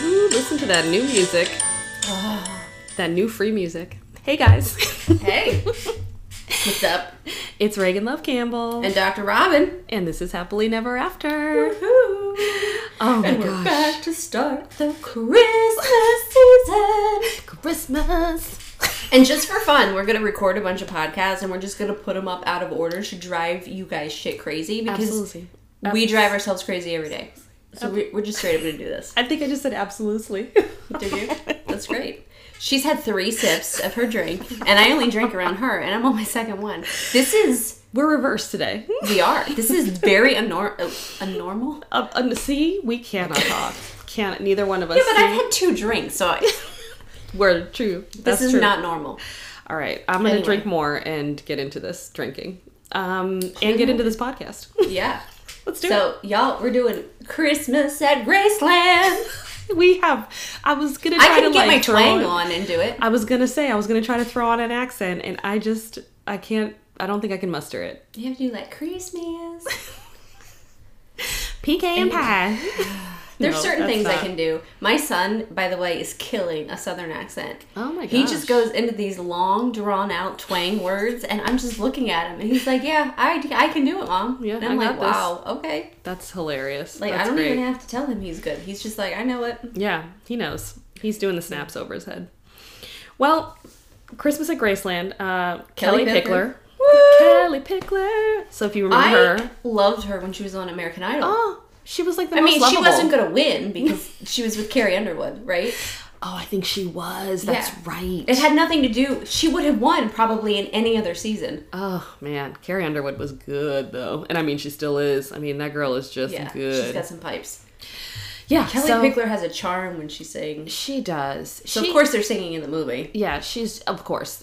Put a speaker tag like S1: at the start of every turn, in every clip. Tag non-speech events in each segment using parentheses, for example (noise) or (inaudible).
S1: to that new music. that new free music. Hey guys.
S2: (laughs) Hey. What's up?
S1: (laughs) It's Reagan Love Campbell.
S2: And Dr. Robin.
S1: and this is Happily Never After. Oh my
S2: and we're
S1: gosh.
S2: back to start the Christmas season.
S1: Christmas.
S2: (laughs) And just for fun, we're gonna record a bunch of podcasts and we're just gonna put them up out of order to drive you guys shit crazy because
S1: Absolutely.
S2: we drive ourselves crazy every day. So we, we're just straight up gonna do this.
S1: I think I just said absolutely.
S2: (laughs) Did you?
S1: (laughs)
S2: That's great. She's had three sips of her drink, and I only drink around her, and I'm on my second one. This is
S1: We're reversed today.
S2: we are. This is very anor- uh, abnormal.
S1: Uh, uh, see, we cannot talk. Can't neither one of us.
S2: Yeah, but
S1: see.
S2: I've had two drinks, so I,
S1: We're true.
S2: this
S1: That's
S2: is
S1: true.
S2: not normal.
S1: All right, I'm gonna
S2: Anyway.
S1: drink more and get into this drinking, um, and get into this
S2: (laughs)
S1: podcast.
S2: Yeah.
S1: Let's do
S2: So y'all, we're doing Christmas at Graceland.
S1: it. (laughs) We have. I was gonna. Try
S2: I
S1: to,
S2: can
S1: like,
S2: get my
S1: throw
S2: twang
S1: in-
S2: on and do it.
S1: I was gonna say I was gonna try to throw on an accent, and I just I can't. I don't think I can muster it.
S2: You have to do like Christmas.
S1: (laughs) Pecan pie.
S2: There's
S1: No,
S2: certain
S1: that's
S2: things I
S1: not-
S2: can do. My son, by the way, is killing a southern accent.
S1: Oh my
S2: He
S1: gosh.
S2: just goes into these long, drawn out twang words, and I'm just looking at him, and he's like, "Yeah, I, I can do it, mom."
S1: Yeah,
S2: and I'm
S1: I
S2: like,
S1: got this.
S2: "Wow, okay."
S1: (laughs) That's hilarious.
S2: Like
S1: That's
S2: I don't
S1: great.
S2: even have to tell him he's good. He's just like, "I know it."
S1: Yeah, he knows. He's doing the snaps over his head. Well, Christmas at Graceland. Uh, Kelly,
S2: Kelly
S1: Pickler.
S2: Pickler. Woo!
S1: Kelly Pickler. So if you remember
S2: I
S1: her,
S2: loved her when she was on American Idol.
S1: oh, she was like the
S2: I
S1: most
S2: mean,
S1: lovable.
S2: she wasn't gonna win (laughs) because she was with Carrie Underwood, right?
S1: Oh, I think she was.
S2: Yeah.
S1: That's right.
S2: It had nothing to do. She would have won probably in any other season.
S1: oh man, Carrie Underwood was good though, and I mean she still is. I mean that girl is just
S2: Yeah, she's
S1: good.
S2: got some pipes.
S1: yeah,
S2: Kelly
S1: so-
S2: Pickler has a charm when she sings.
S1: She does.
S2: So
S1: she,
S2: of course they're singing in the movie.
S1: yeah, she's of course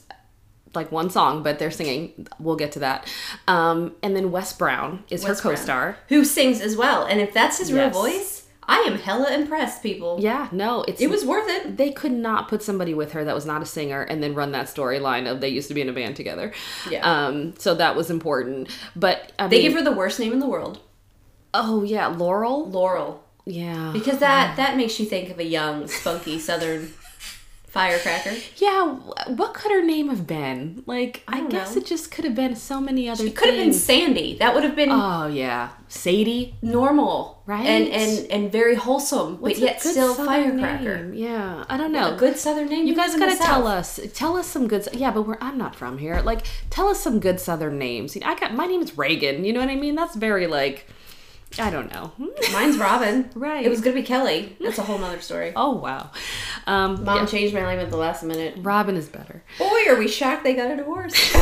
S1: like one song, but they're singing. We'll get to that. Um, and then Wes Brown is
S2: Wes
S1: her
S2: Brown,
S1: co-star.
S2: who sings as well. And if that's his real
S1: Yes.
S2: voice, I am hella impressed, people.
S1: Yeah, no, it's
S2: It was worth it.
S1: They could not put somebody with her that was not a singer and then run that storyline of they used to be in a band together.
S2: Yeah.
S1: Um. So that was important, but I
S2: They
S1: mean,
S2: give her the worst name in the world,
S1: oh yeah, Laurel.
S2: Laurel,
S1: Yeah.
S2: because that that makes you think of a young, (laughs) spunky Southern firecracker.
S1: Yeah. wh- What could her name have been? Like, I,
S2: don't
S1: guess
S2: know.
S1: it just could have been so many other.
S2: It could have been
S1: things.
S2: Sandy. That would have been
S1: Oh yeah, Sadie.
S2: normal,
S1: Right.
S2: And and and very wholesome,
S1: What's a
S2: but yet
S1: good
S2: still
S1: Southern
S2: firecracker.
S1: name? Yeah, I don't
S2: A
S1: know.
S2: good Southern name.
S1: You guys
S2: live in
S1: gotta
S2: the
S1: tell us,
S2: South.
S1: tell us some good. Yeah, but where I'm not from here. Like, tell us some good Southern names. You know, I got my name is Reagan. You know what I mean? That's very like, I don't know. Hmm?
S2: Mine's Robin.
S1: (laughs) Right.
S2: It was gonna be Kelly. That's a whole
S1: (laughs)
S2: nother story.
S1: oh wow, um,
S2: Mom
S1: yeah,
S2: changed my name at the last minute.
S1: Robin is
S2: (laughs)
S1: better.
S2: Boy, are we shocked they got
S1: (laughs)
S2: a divorce.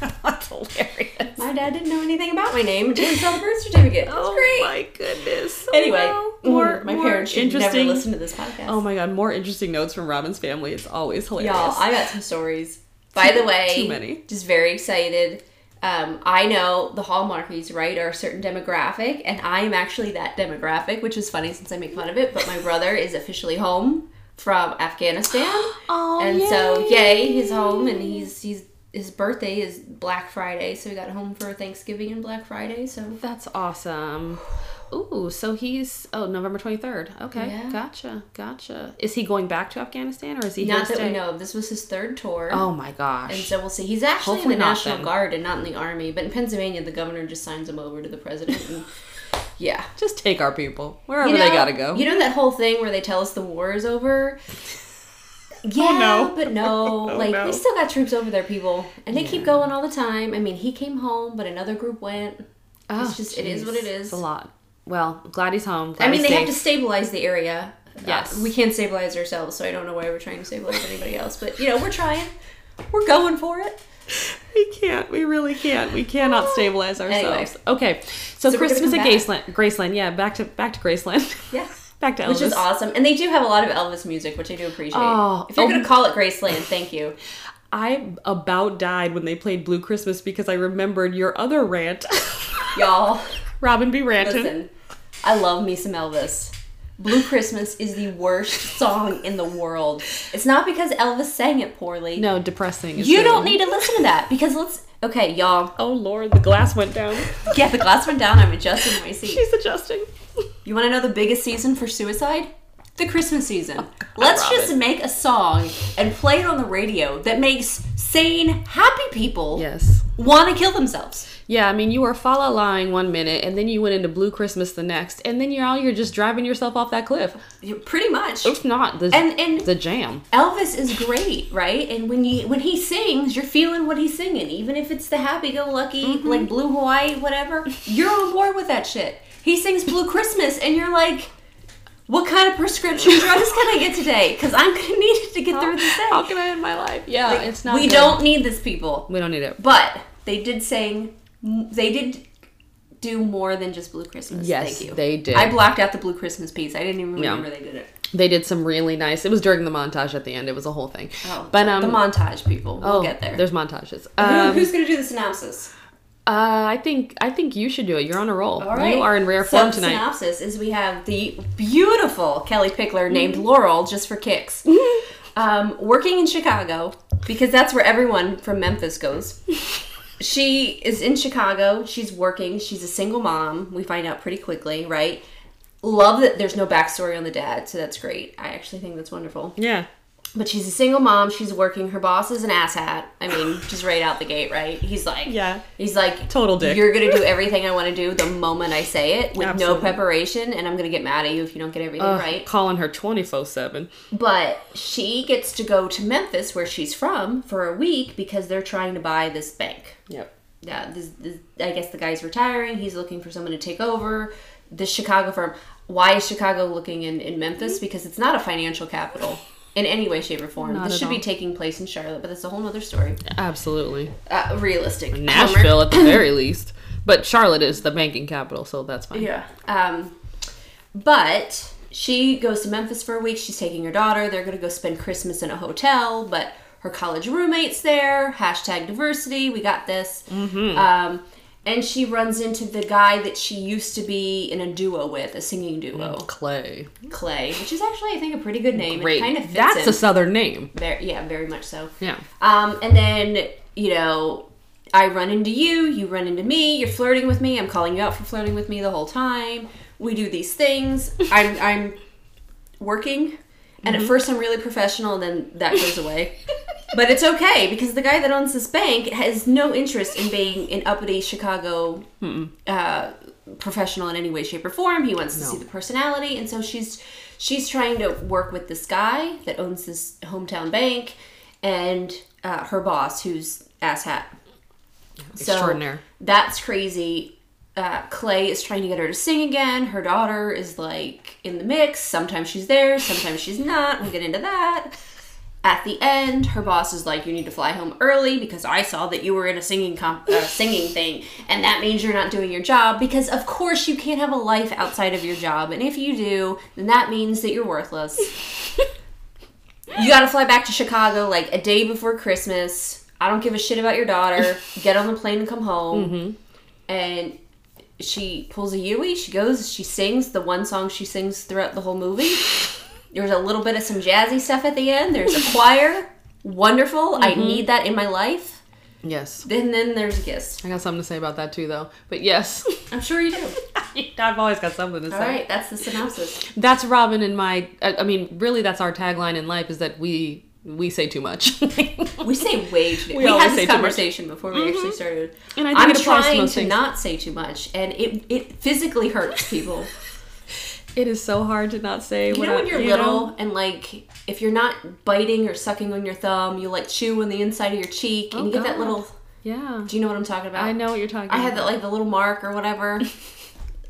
S1: That's hilarious.
S2: My dad didn't know anything about my name until he saw the birth certificate. That's
S1: Oh
S2: great.
S1: my goodness.
S2: anyway,
S1: Well,
S2: mm, my parents should never listen to this podcast.
S1: Oh my god, more interesting notes from Robin's family. It's always hilarious.
S2: Y'all, I got
S1: (laughs)
S2: some stories. By the way,
S1: too many.
S2: Just very excited. Um, I know the hallmarkies, right, are a certain demographic, and I am actually that demographic, which is funny since I make fun of it. But my brother is officially home from
S1: (gasps)
S2: Afghanistan,
S1: oh,
S2: and so yay, he's home, and he's he's his birthday is Black Friday, so he got home for Thanksgiving and Black Friday. So
S1: That's awesome. Ooh, so he's oh November twenty third. Okay,
S2: Yeah.
S1: gotcha, gotcha. Is he going back to Afghanistan or is he
S2: not
S1: here
S2: that
S1: to
S2: we
S1: stay?
S2: know of, this was his third tour.
S1: Oh my gosh.
S2: And so we'll see. He's actually
S1: Hopefully
S2: in the
S1: not,
S2: National
S1: then.
S2: Guard and not in the Army. But in Pennsylvania, the governor just signs him over to the
S1: (laughs)
S2: president. And, yeah.
S1: Just take our people wherever
S2: You
S1: they
S2: know-
S1: gotta go.
S2: You know that whole thing where they tell us the war is
S1: (laughs)
S2: over? Yeah,
S1: Oh, no.
S2: but no.
S1: (laughs) Oh,
S2: like,
S1: no.
S2: we still got troops over there, people. And they keep going all the time. I mean, he came home, but another group went.
S1: Oh,
S2: it's just- it is
S1: jeez.
S2: what it is.
S1: It's a lot. Well, glad he's home. Glad
S2: I mean,
S1: he's
S2: they have to
S1: safe.
S2: stabilize the area.
S1: Yes.
S2: Uh, we can't stabilize ourselves, so I don't know why we're trying to stabilize anybody else. But, you know, we're trying. We're going for it.
S1: (laughs) We can't. We really can't. We cannot stabilize ourselves. Okay, so,
S2: So we're gonna
S1: Christmas
S2: come
S1: at
S2: back.
S1: Graceland. Graceland. Yeah, back to back to Graceland.
S2: Yeah.
S1: (laughs) back to Elvis.
S2: which is awesome. And they do have a lot of Elvis music, which I do appreciate.
S1: Oh.
S2: if you're
S1: Oh.
S2: gonna call it Graceland,
S1: (laughs)
S2: thank you.
S1: I about died when they played Blue Christmas because I remembered your other rant. (laughs)
S2: Y'all,
S1: Robin B. Ranton.
S2: listen, I love me some Elvis. Blue Christmas is the worst song in the world. It's not because Elvis sang it poorly.
S1: No, depressing. is
S2: You
S1: the-
S2: don't need to listen to that because let's. Okay, y'all.
S1: Oh Lord, the glass went
S2: (laughs)
S1: down.
S2: Yeah,
S1: (laughs)
S2: the glass went down. I'm adjusting my seat.
S1: She's adjusting.
S2: You want to know the biggest season for suicide? The the Christmas season. Let's just
S1: Robin.
S2: make a song and play it on the radio that makes sane, happy people
S1: Yes.
S2: want to kill themselves.
S1: Yeah, I mean, you were fala lying one minute, and then you went into Blue Christmas the next, and then you're all you're just driving yourself off that cliff.
S2: You- Pretty much.
S1: It's not the
S2: And- and-
S1: the
S2: (laughs)
S1: jam.
S2: Elvis is great, right? And when you when he sings, you're feeling what he's singing, even if it's the happy-go-lucky,
S1: Mm-hmm.
S2: like Blue Hawaii, whatever. You're on board with that shit. He sings Blue Christmas, and you're like, "What kind of prescription drugs can I get today? Because I'm gonna need it to get through this day."
S1: How can I end my life? Yeah, it's not.
S2: we
S1: good.
S2: don't need this, people.
S1: We don't need it.
S2: But they did sing. They did do more than just Blue Christmas.
S1: Yes,
S2: Thank you.
S1: they did.
S2: I blocked out the Blue Christmas piece. I didn't even
S1: Yeah.
S2: remember they did it.
S1: They did some really nice. It was during the montage at the end. It was a whole thing.
S2: Oh,
S1: but
S2: the
S1: um,
S2: montage, people. We'll
S1: oh,
S2: get there.
S1: There's montages.
S2: (laughs) Who-
S1: Um,
S2: who's gonna do the synopsis?
S1: uh, I think I think you should do it. You're on a roll.
S2: All right.
S1: You are in rare
S2: So
S1: form
S2: the
S1: tonight.
S2: synopsis is we have the beautiful Kelly Pickler
S1: Mm-hmm.
S2: named Laurel just for kicks, um, working in Chicago because that's where everyone from Memphis goes.
S1: (laughs)
S2: She is in Chicago. She's working. She's a single mom. We find out pretty quickly, right? Love that there's no backstory on the dad, so that's great. I actually think that's wonderful.
S1: Yeah.
S2: But she's a single mom. She's working. Her boss is an asshat.
S1: (laughs)
S2: I mean, just right out the gate, right? He's like,
S1: Yeah.
S2: He's like,
S1: Total dick.
S2: You're gonna do everything I want to do the moment I say it with no
S1: Absolutely.
S2: preparation, and I'm gonna get mad at you if you don't get everything
S1: Ugh,
S2: right.
S1: Calling her 24 seven.
S2: But she gets to go to Memphis, where she's from, for a week because they're trying to buy this bank.
S1: Yep.
S2: Yeah, this, this, I guess the guy's retiring. He's looking for someone to take over the Chicago firm. Why is Chicago looking in, in Memphis? Because it's not a financial capital in any way, shape, or form.
S1: Mm-hmm. Not
S2: this
S1: at
S2: should be
S1: all.
S2: taking place in Charlotte, but that's a whole other story.
S1: Absolutely.
S2: Uh, realistic. Homer.
S1: Nashville at the very least. But Charlotte is the banking capital, so that's fine.
S2: Yeah. Um, but she goes to Memphis for a week. She's taking her daughter. They're going to go spend Christmas in a hotel, but her college roommate's there. Hashtag diversity. We got this.
S1: Mm-hmm.
S2: Um, and she runs into the guy that she used to be in a duo with, a singing duo,
S1: Clay.
S2: Clay, which is actually, I think, a pretty good name. It
S1: Mm-hmm. Great.
S2: kind of fits
S1: That's
S2: him.
S1: a southern name.
S2: Very, yeah, very much so.
S1: Yeah.
S2: Um, and then, you know, I run into you, you run into me, you're flirting with me, I'm calling you out for flirting with me the whole time. We do these things. I'm I'm working. And at first I'm really professional and then that goes away. but it's okay because the guy that owns this bank has no interest in being an uppity Chicago uh, professional in any way shape or form. He wants to see the personality and so she's she's trying to work with this guy that owns this hometown bank and uh, her boss who's asshat. So
S1: Extraordinaire.
S2: That's crazy. Uh, Clay is trying to get her to sing again. Her daughter is like in the mix. Sometimes she's there, sometimes she's not. We'll get into that. At the end, her boss is like, "You need to fly home early because I saw that you were in a singing comp- uh, singing thing, and that means you're not doing your job. Because of course you can't have a life outside of your job, and if you do, then that means that you're worthless. you got to fly back to Chicago like a day before Christmas. I don't give a shit about your daughter. Get on the plane and come home." And she pulls a Yui. She goes. She sings the one song she sings throughout the whole movie. There's a little bit of some jazzy stuff at the end. There's
S1: (laughs)
S2: a choir. Wonderful.
S1: Mm-hmm.
S2: I need that in my life.
S1: Yes.
S2: Then then there's a kiss.
S1: I got something to say about that too, though. But
S2: (laughs)
S1: yes, (laughs)
S2: I'm sure you do.
S1: I've always got something to say.
S2: All right, that's the synopsis.
S1: That's Robin and my. uh, I, I mean, really, that's our tagline in life is that we we say too much. and
S2: We say way
S1: (laughs)
S2: too. We,
S1: always
S2: had
S1: say
S2: this
S1: too much.
S2: conversation before we actually started.
S1: And I think
S2: I'm
S1: it applies to
S2: trying
S1: most
S2: to
S1: things.
S2: not say too much, and it it physically
S1: (laughs)
S2: hurts people.
S1: it is so hard to not say.
S2: You
S1: what
S2: know
S1: I-
S2: when you're
S1: you
S2: little
S1: know?
S2: and like if you're not biting or sucking on your thumb, you like chew on the inside of your cheek and you get that
S1: Oh, God.
S2: little.
S1: Yeah.
S2: Do you know what I'm talking about?
S1: I know what you're talking.
S2: I had
S1: about.
S2: that like the little mark or (laughs) whatever.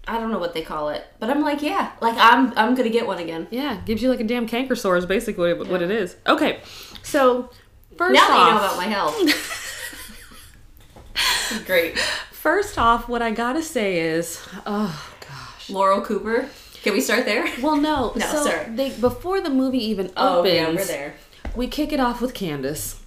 S2: I don't know what they call it, but I'm like, yeah, like I'm I'm gonna get one again.
S1: Yeah, gives you like a damn canker sore is basically what, what it is. Okay, so first
S2: Now that you know
S1: off,
S2: about my
S1: (laughs)
S2: health, (laughs) great.
S1: first off, what I gotta say is, oh gosh.
S2: Laurel Cooper, can we start there?
S1: Well, no,
S2: No,
S1: so
S2: sorry.
S1: They, before the movie even opens,
S2: Oh yeah, we're there.
S1: we kick it off with Candace.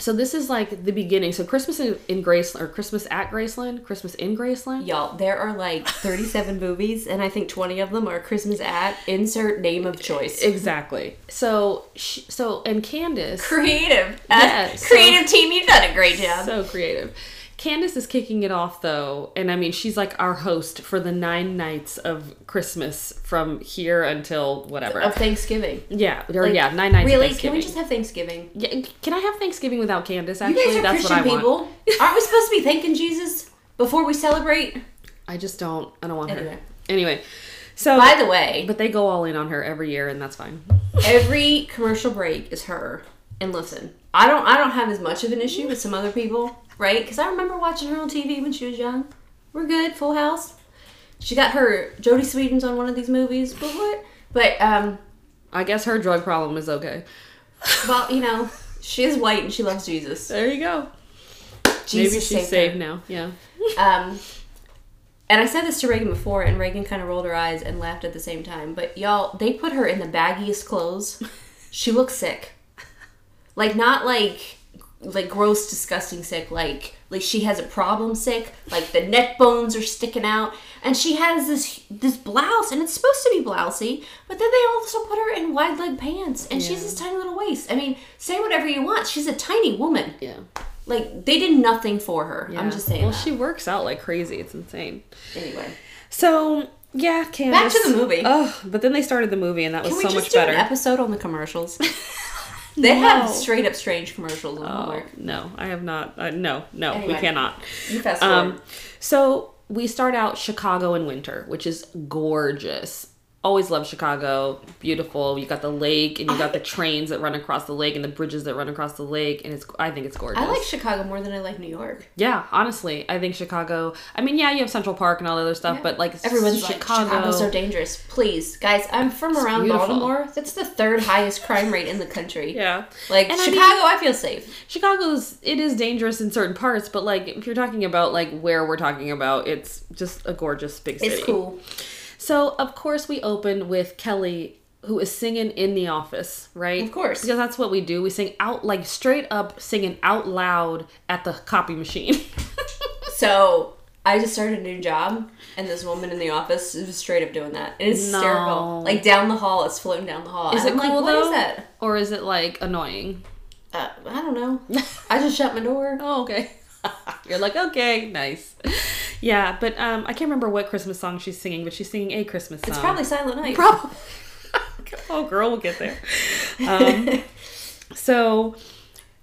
S1: So this is like the beginning. So Christmas in, in Graceland, or Christmas at Graceland, Christmas in Graceland.
S2: Y'all, there are like 37 movies, and I think 20 of them are Christmas at insert name of choice.
S1: Exactly. So, sh so and Candace,
S2: creative.
S1: Yeah,
S2: Uh,
S1: so-
S2: creative team, you've done a great job.
S1: so creative. Candace is kicking it off though, and I mean she's like our host for the nine nights of Christmas from here until whatever.
S2: of Thanksgiving.
S1: yeah, or
S2: Like,
S1: yeah, nine nights. of
S2: Really? Can
S1: Thanksgiving.
S2: we just have Thanksgiving?
S1: Yeah, can I have Thanksgiving without Candace?
S2: You
S1: Actually,
S2: guys are
S1: that's
S2: Christian
S1: what I want.
S2: people. (laughs) Aren't we supposed to be thanking Jesus before we celebrate?
S1: I just don't. I don't want her.
S2: Anyway.
S1: Anyway, so
S2: By the way,
S1: but they go all in on her every year, and that's fine.
S2: every commercial break is her. And listen, I don't I don't have as much of an issue with some other people, right? Because I remember watching her on TV when she was young. We're good, Full House. She got her Jodie Sweetin's on one of these movies, but what? But um,
S1: I guess her drug problem is okay.
S2: (laughs) well, you know, she is white and she loves Jesus.
S1: There you go.
S2: Jesus
S1: Maybe she's
S2: saved her.
S1: saved now. Yeah.
S2: Um, and I said this to Reagan before, and Reagan kind of rolled her eyes and laughed at the same time. But y'all, they put her in the baggiest clothes. She looks sick, like not like like gross, disgusting sick. Like like she has a problem sick. Like the neck bones are sticking out, and she has this this blouse, and it's supposed to be blousey, but then they also put her in wide leg pants, and she has this tiny little waist. I mean, say whatever you want. She's a tiny woman.
S1: Yeah.
S2: Like they did nothing for her.
S1: Yeah.
S2: I'm just saying.
S1: Well,
S2: that.
S1: she works out like crazy. It's insane.
S2: anyway.
S1: So yeah, Candace.
S2: the movie.
S1: Oh, but then they started the movie, and that was
S2: Can we
S1: so
S2: just
S1: much
S2: do
S1: better.
S2: an episode on the commercials? (laughs) they have
S1: No.
S2: straight up strange commercials on
S1: oh,
S2: Hallmark.
S1: no, I have not. Uh, no, no, we
S2: Anyway.
S1: cannot.
S2: You fast forward.
S1: Um, so we start out Chicago in winter, which is gorgeous. Always love Chicago. Beautiful. You got the lake, and you
S2: (laughs)
S1: got the trains that run across the lake, and the bridges that run across the lake, and it's. I think it's gorgeous.
S2: I like Chicago more than I like New York.
S1: Yeah, honestly, I think Chicago. I mean, yeah, you have Central Park and all that other stuff, but like
S2: Everyone's
S1: Chicago.
S2: like Chicago's so dangerous. Please, guys, I'm from around
S1: beautiful.
S2: Baltimore. That's the third highest crime rate in the country.
S1: yeah,
S2: Like
S1: And I mean-
S2: Chicago, I feel safe.
S1: Chicago's it is dangerous in certain parts, but like if you're talking about like where we're talking about, it's just a gorgeous big city.
S2: It's cool.
S1: So of course we open with Kelly who is singing in the office, right?
S2: Of course.
S1: Because that's what we do. We sing out like straight up singing out loud at the copy machine. (laughs)
S2: So I just started a new job, and this woman in the office is straight up doing that. It is
S1: No.
S2: hysterical. Like down the hall, it's floating down the hall.
S1: Is
S2: and
S1: it
S2: I'm
S1: cool
S2: like, what is
S1: though?
S2: that?
S1: or is it like annoying?
S2: Uh, I don't (laughs) know. I just shut my door.
S1: Oh, okay. (laughs) You're like, okay, nice. (laughs) Yeah, but um, I can't remember what Christmas song she's singing, but she's singing a Christmas song.
S2: It's Um, probably Silent Night.
S1: Probably. (laughs) oh, girl, we'll get there.
S2: (laughs)
S1: Um, so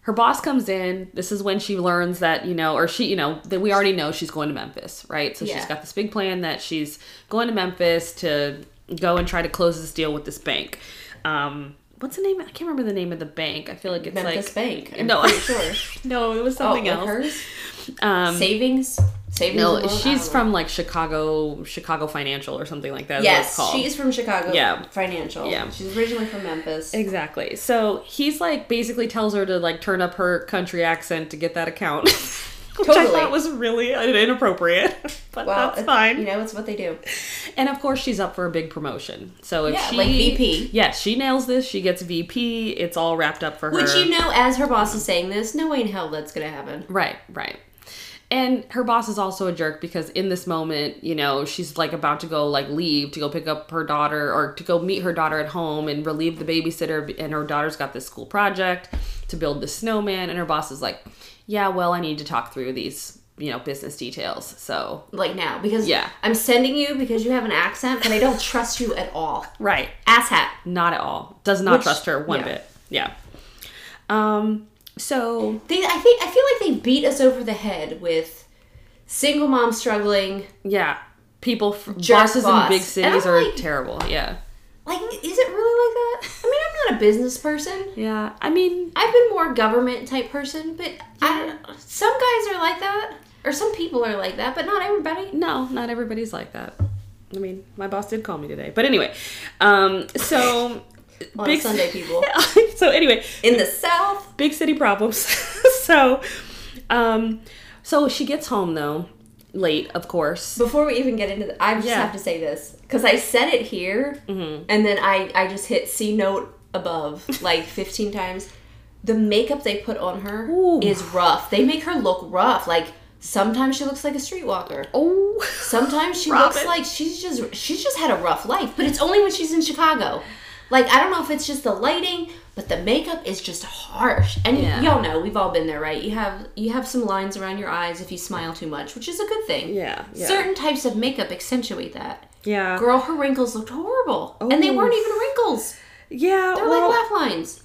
S1: her boss comes in. This is when she learns that, you know, or she, you know, that we already know she's going to Memphis, right? So she's
S2: Yeah.
S1: got this big plan that she's going to Memphis to go and try to close this deal with this bank. Um, what's the name? I can't remember the name of the bank. I feel like it's like.
S2: Memphis Bank. I'm
S1: No. (laughs)
S2: (laughs) pretty sure.
S1: No, it was
S2: Oh,
S1: something
S2: like
S1: else.
S2: hers?
S1: Um,
S2: Savings. Savings.
S1: No,
S2: and loan? I
S1: she's
S2: don't
S1: from like Chicago, Chicago Financial or something like that.
S2: know.
S1: is what it's
S2: Yes,
S1: called.
S2: she is from Chicago.
S1: Yeah.
S2: Financial.
S1: Yeah.
S2: She's originally from Memphis.
S1: exactly. So he's like basically tells her to like turn up her country accent to get that account, (laughs) which I
S2: Totally.
S1: thought was really inappropriate, (laughs) but
S2: Wow,
S1: that's
S2: it-
S1: fine.
S2: You know, it's what they do.
S1: And of course, she's up for a big promotion. So if
S2: Yeah,
S1: she
S2: like VP.
S1: yes, she nails this. She gets VP. It's all wrapped up for her.
S2: Which you know, as her boss is saying this, no way in hell that's gonna happen.
S1: Right, right. And her boss is also a jerk because in this moment, you know, she's like about to go like leave to go pick up her daughter or to go meet her daughter at home and relieve the babysitter and her daughter's got this school project to build the snowman and her boss is like, "Yeah, well, I need to talk through these, you know, business details." So,
S2: Like now, because
S1: Yeah.
S2: I'm sending you because you have an accent, but I don't trust you at all.
S1: right.
S2: Asshat.
S1: Not at all. Does not
S2: Which-
S1: trust her one
S2: yeah.
S1: bit. Yeah. Um so
S2: They, I think, I feel like they beat us over the head with single mom struggling.
S1: yeah, people f-
S2: Jerk
S1: bosses
S2: boss.
S1: in big
S2: And
S1: cities
S2: I'm
S1: are
S2: like-
S1: terrible. Yeah.
S2: Like, is it really like that? I mean, I'm not a business person.
S1: Yeah. I mean,
S2: I've been more government type person, but I don't, some guys are like that, or some people are like that, but not everybody.
S1: No, not everybody's like that. I mean, my boss did call me today, but anyway. Um, so
S2: (laughs) On Sunday people
S1: (laughs) so anyway,
S2: (laughs) in the South.
S1: big city problems. (laughs) so, um, so she gets home though late, of course.
S2: Before we even get into that, I just
S1: Yeah.
S2: have to say this because I said it here, and then I I just hit C note (laughs) above like 15 times. The makeup they put on her
S1: Ooh.
S2: is rough. They make her look rough. Like sometimes she looks like a streetwalker.
S1: Oh,
S2: Sometimes she looks
S1: Robin.
S2: like she's just she's just had a rough life, but it's only when she's in Chicago. Like I don't know if it's just the lighting, but the makeup is just harsh. And
S1: Yeah.
S2: y'all know we've all been there, right? You have you have some lines around your eyes if you smile too much, which is a good thing.
S1: Yeah, yeah.
S2: Certain types of makeup accentuate that.
S1: Yeah.
S2: Girl, her wrinkles looked horrible, and they
S1: Oh.
S2: weren't even wrinkles.
S1: yeah.
S2: They're
S1: well,
S2: like laugh lines.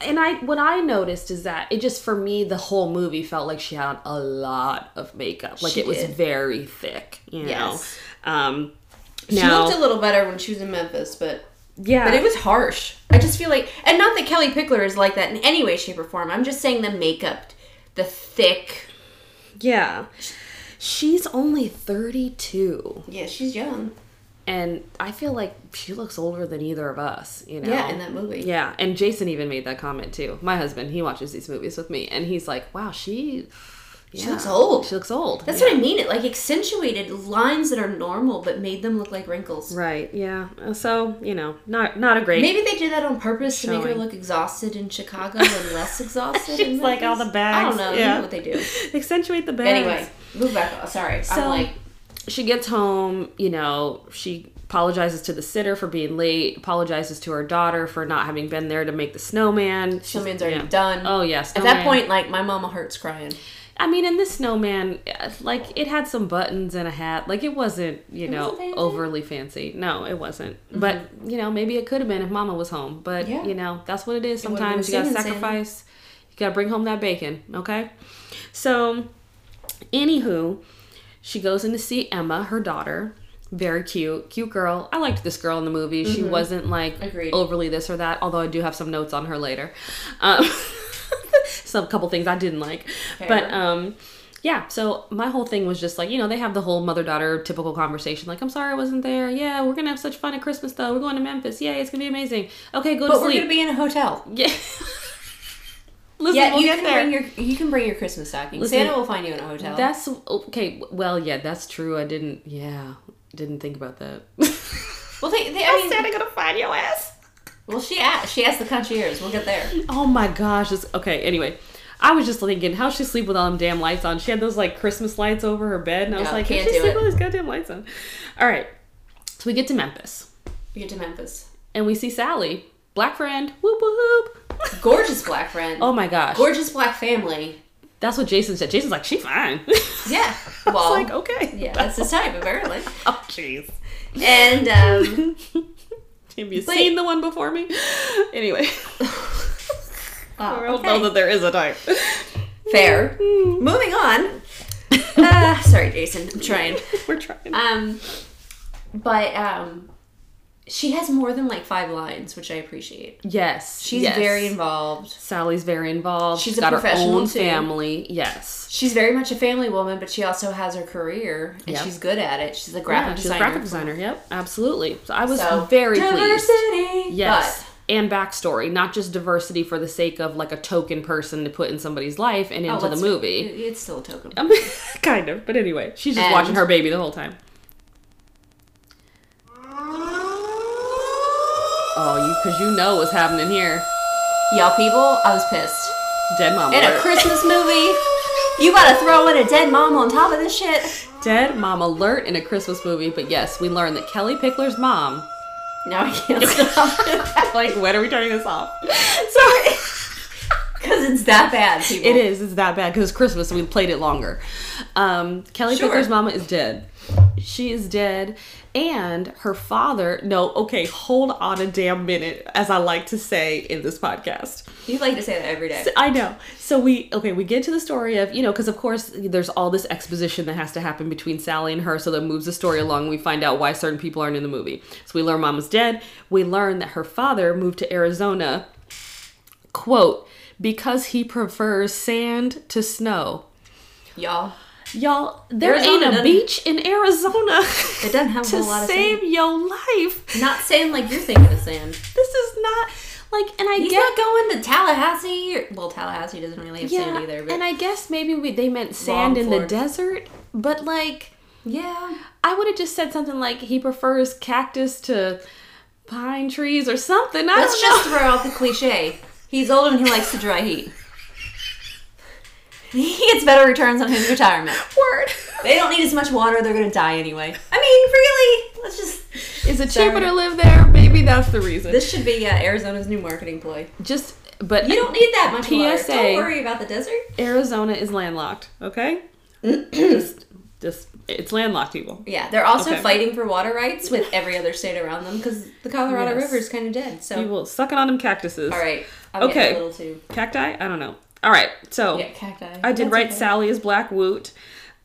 S1: and I what I noticed is that it just for me the whole movie felt like she had on a lot of makeup. Like
S2: She
S1: it was
S2: did.
S1: very thick, you know.
S2: Yes.
S1: Um
S2: She
S1: now,
S2: looked a little better when she was in Memphis, but
S1: yeah.
S2: but it was harsh. I just feel like, and not that Kelly Pickler is like that in any way, shape, or form. I'm just saying the makeup, the thick.
S1: yeah. She's only 32
S2: Yeah, she's young.
S1: and I feel like she looks older than either of us, you know.
S2: Yeah, in that movie.
S1: Yeah, and Jason even made that comment too. My husband, he watches these movies with me, and he's like, "Wow, she, yeah,
S2: looks old."
S1: She looks old.
S2: That's
S1: yeah.
S2: what I mean. It like accentuated lines that are normal, but made them look like wrinkles.
S1: right. Yeah. Uh, So you know, not not a great.
S2: Maybe they did that on purpose to make her
S1: Showing.
S2: look exhausted in
S1: (laughs)
S2: Chicago and less exhausted. in
S1: She's like,
S2: Memphis.
S1: all the bags,
S2: I don't know. You
S1: yeah.
S2: know what they do.
S1: (laughs) accentuate the bad.
S2: Anyway, move back. Oh, Sorry,
S1: So-
S2: I'm like,
S1: she gets home, you know, she apologizes to the sitter for being late, apologizes to her daughter for not having been there to make the snowman.
S2: snowman's
S1: She's-
S2: already
S1: yeah.
S2: done.
S1: Oh, yeah,
S2: At that
S1: snowman.
S2: point, like my mama hurts crying.
S1: I mean, in this snowman, uh, like it had some buttons and a hat. Like it wasn't, you know,
S2: wasn't fancy. Mm-hmm.
S1: overly fancy. No, it wasn't. But you know, maybe it could have been if Mama was home. But
S2: Yeah.
S1: you know, that's what it is.
S2: would've been
S1: Sometimes you gotta
S2: singing, Sam.
S1: sacrifice. You gotta bring home that bacon. Okay. So, anywho, she goes in to see Emma, her daughter. Very cute, cute girl. I liked this girl in the movie. She wasn't like
S2: Mm-hmm. Agreed.
S1: overly this or that. Although I do have some notes on her later. Um, (laughs) some couple things I didn't like, but
S2: Fair.
S1: um yeah so my whole thing was just like you know they have the whole mother daughter typical conversation like i'm sorry i wasn't there yeah we're gonna have such fun at christmas though we're going to memphis yay it's gonna be amazing okay go
S2: But
S1: to
S2: we're
S1: sleep
S2: gonna be in a hotel.
S1: yeah (laughs) listen
S2: Yeah,
S1: we'll
S2: you
S1: get
S2: can
S1: there
S2: bring your you can bring your Christmas stocking.
S1: Listen,
S2: Santa will find you in a hotel.
S1: that's okay well yeah that's true i didn't yeah didn't think about that (laughs)
S2: well, they, they I mean,
S1: gonna find your ass
S2: well she asked she asked the concierge. We'll get there.
S1: oh my gosh this, okay anyway I was just thinking, how she sleep with all them damn lights on? She had those like Christmas lights over her bed, and I was
S2: Yeah,
S1: like, can
S2: can't
S1: she
S2: do
S1: sleep
S2: it.
S1: with those goddamn lights on? All right, so we get to Memphis.
S2: We get to Memphis.
S1: and we see Sally, black friend, whoop whoop.
S2: (laughs) Gorgeous black friend.
S1: Oh my gosh,
S2: Gorgeous black family.
S1: that's what Jason said. Jason's like, she fine. (laughs)
S2: Yeah.
S1: I was
S2: Well.
S1: like, okay,
S2: Yeah, that's his type apparently.
S1: (laughs) Oh jeez, (laughs)
S2: And um,
S1: have you
S2: But-
S1: seen the one before me? (laughs)
S2: (laughs)
S1: Anyway, (laughs)
S2: oh,
S1: I don't
S2: okay.
S1: know that there is a type.
S2: fair. Moving on. Uh, sorry, Jason. I'm trying.
S1: (laughs) We're trying.
S2: Um, but um, she has more than like five lines, which I appreciate.
S1: yes,
S2: She's
S1: yes.
S2: very involved.
S1: Sally's very involved.
S2: She's
S1: She's
S2: a
S1: got her
S2: professional,
S1: own
S2: too.
S1: family. Yes.
S2: She's very much a family woman, but she also has her career and
S1: Yep.
S2: she's good at it. She's a
S1: Yeah,
S2: graphic
S1: she's a
S2: designer.
S1: graphic designer. Yep, absolutely. So I was
S2: So
S1: very pleased.
S2: diversity.
S1: Yes. and backstory, not just diversity for the sake of like a token person to put in somebody's life and
S2: But,
S1: into
S2: oh,
S1: the
S2: let's-
S1: movie.
S2: it- it's still a token.
S1: Um, (laughs) kind of, but anyway, she's just
S2: And-
S1: watching her baby the whole time. Oh, you because you know what's happening here,
S2: Y'all people, I was pissed.
S1: dead mom
S2: In a
S1: alert.
S2: Christmas movie, you gotta throw in a dead mom on top of this shit.
S1: dead mom alert in a Christmas movie. But yes, we learned that Kelly Pickler's
S2: (laughs)
S1: mom. (laughs)
S2: No, I can't stop (laughs)
S1: Like, when are we turning this off?
S2: because it's that bad, people.
S1: It is. It's that bad because Christmas. We played it longer. Um, Kelly
S2: Sure.
S1: Pickler's mama is dead. She is dead, and her father. No, okay, hold on a damn minute, as I like to say in this podcast.
S2: You like to say that every day.
S1: I know. So we okay, we get to the story of you know because of course there's all this exposition that has to happen between Sally and her, so that moves the story along. we find out why certain people aren't in the movie. So we learn Mama's dead. We learn that her father moved to Arizona. Quote. Because he prefers sand to snow.
S2: Y'all,
S1: Y'all, there
S2: Arizona
S1: ain't a
S2: doesn't-
S1: beach in Arizona
S2: it doesn't have a
S1: (laughs) to
S2: whole lot of
S1: save
S2: sand.
S1: your life.
S2: Not sand like you're thinking of sand.
S1: This is not like, and I
S2: He's
S1: get
S2: not going to Tallahassee. Or, well, Tallahassee doesn't really have sand either. But
S1: And I guess maybe we, they meant sand in the
S2: Longford.
S1: desert, but like
S2: yeah,
S1: I would have just said something like he prefers cactus to pine trees or something. I
S2: let's
S1: don't know.
S2: just throw out the cliche. He's old and he likes to dry heat. (laughs) He gets better returns on his
S1: (laughs)
S2: retirement.
S1: word.
S2: They don't need as much water. They're gonna die anyway. I mean, really, let's just.
S1: Is is a cheaper to live there. Maybe that's the reason.
S2: This should be uh, Arizona's new marketing ploy.
S1: Just, but
S2: You don't need that much water.
S1: PSA.
S2: Don't worry about the desert.
S1: Arizona is landlocked.
S2: (clears throat)
S1: Okay, just, just it's landlocked, people.
S2: Yeah, they're also
S1: Okay.
S2: fighting for water rights with every other state around them because the Colorado
S1: Yes.
S2: River is kind of dead. So,
S1: People sucking on them cactuses.
S2: all right, I'm
S1: Okay.
S2: getting a little too
S1: cacti. I don't know. All right, so
S2: yeah, cacti.
S1: I did
S2: That's
S1: write
S2: okay.
S1: Sally is black woot.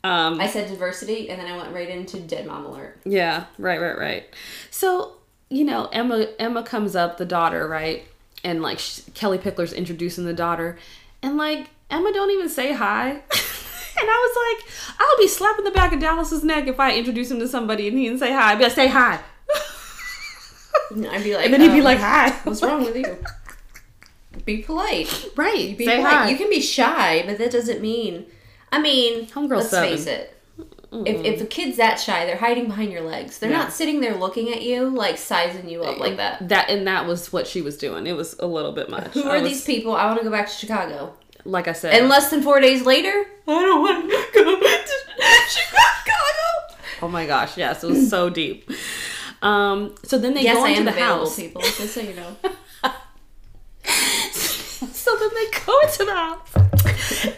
S1: Um,
S2: I said diversity, and then I went right into dead mom alert.
S1: Yeah, right, right, right. So you know, Emma Emma comes up, the daughter, right, and like sh- Kelly Pickler's introducing the daughter, and like Emma don't even say hi. (laughs) and I was like, I'll be slapping the back of Dallas's neck if I introduce him to somebody and he didn't say hi. I'd be like, say hi,
S2: And I'd be like,
S1: and then he'd be
S2: um,
S1: like, hi.
S2: (laughs) "What's wrong with you? Be polite.
S1: Right,
S2: Be
S1: say
S2: polite.
S1: hi.
S2: You can be shy, but that doesn't mean. I mean,
S1: Homegirl
S2: let's
S1: seven.
S2: face it. If, if a kid's that shy, they're hiding behind your legs. They're
S1: Yeah.
S2: not sitting there looking at you, like sizing you up like that.
S1: that and that was what she was doing. It was a little bit much.
S2: Who
S1: I
S2: are
S1: was-
S2: these people? I want to go back to Chicago.
S1: Like I said,
S2: And less than four
S1: (laughs)
S2: days later, I don't want to go back to Chicago.
S1: oh my gosh, yes, it was so deep. Um, so then they
S2: Yes,
S1: go
S2: I
S1: into
S2: am
S1: the
S2: available,
S1: house.
S2: people. Just so you know.
S1: so then they go into the house.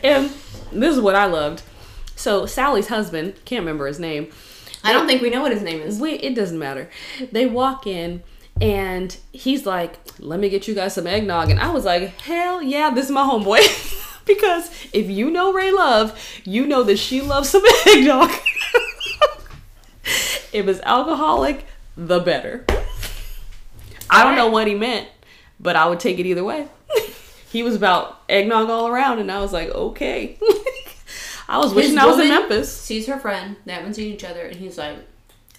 S1: And this is what I loved. So Sally's husband, can't remember his name.
S2: I don't think we know what his name is.
S1: Wait, it doesn't matter. They walk in and he's like, Let me get you guys some eggnog. And I was like, Hell yeah, this is my homeboy. (laughs) because if you know Ray Love, you know that she loves some (laughs) eggnog. it was alcoholic, the better. I don't know what he meant, but I would take it either way. (laughs) he was about eggnog all around, and I was like, okay. (laughs) I was wishing
S2: His
S1: I was in
S2: woman
S1: Memphis.
S2: Sees her friend. They haven't seen each other, and he's like,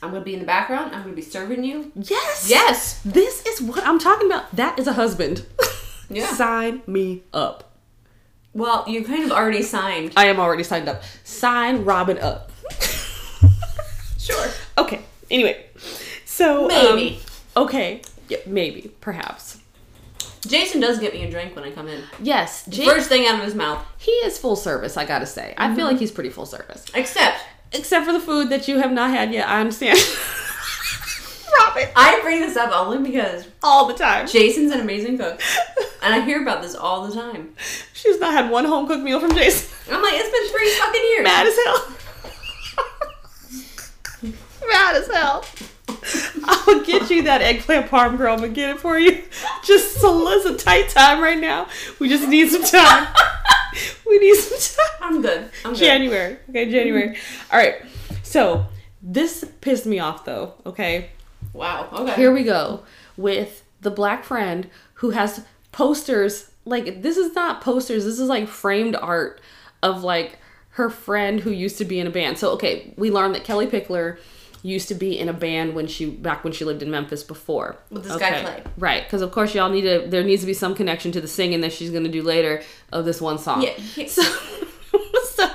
S2: "I'm gonna be in the background. I'm gonna be serving you."
S1: Yes.
S2: Yes.
S1: This is what I'm talking about. That is a husband.
S2: Yeah.
S1: (laughs) Sign me up.
S2: Well, you kind of already signed.
S1: I am already signed up. Sign Robin (laughs) up.
S2: Sure.
S1: Okay. Anyway. So um,
S2: Maybe.
S1: okay. Yeah, maybe. Perhaps.
S2: Jason does get me a drink when I come in.
S1: Yes. Jake,
S2: First thing out of his mouth.
S1: he is full service, I gotta say. I feel like he's pretty full service.
S2: Except
S1: Mm-hmm. Except for the food that you have not had yet. I understand. (laughs) Robin.
S2: I bring this up only because
S1: All the time.
S2: Jason's an amazing (laughs) cook, and I hear about this all the time.
S1: She's not had one home cooked meal from Jason.
S2: I'm like, it's been three fucking years.
S1: mad as hell. (laughs) mad as hell. I'll get you that eggplant parm, girl. I'm gonna get it for you. Just so let's a tight time right now. We just need some time. we need some time.
S2: I'm good. I'm good.
S1: January. Okay, January. All right. So this pissed me off though. Okay.
S2: Wow. Okay.
S1: Here we go with the black friend who has posters. Like, this is not posters, this is like framed art of like her friend who used to be in a band. So, okay, we learned that Kelly Pickler used to be in a band when she back when she lived in Memphis before.
S2: With this guy Clay.
S1: Right, because of course y'all need to there needs to be some connection to the singing that she's gonna do later of this one song.
S2: Yeah.
S1: So, (laughs) so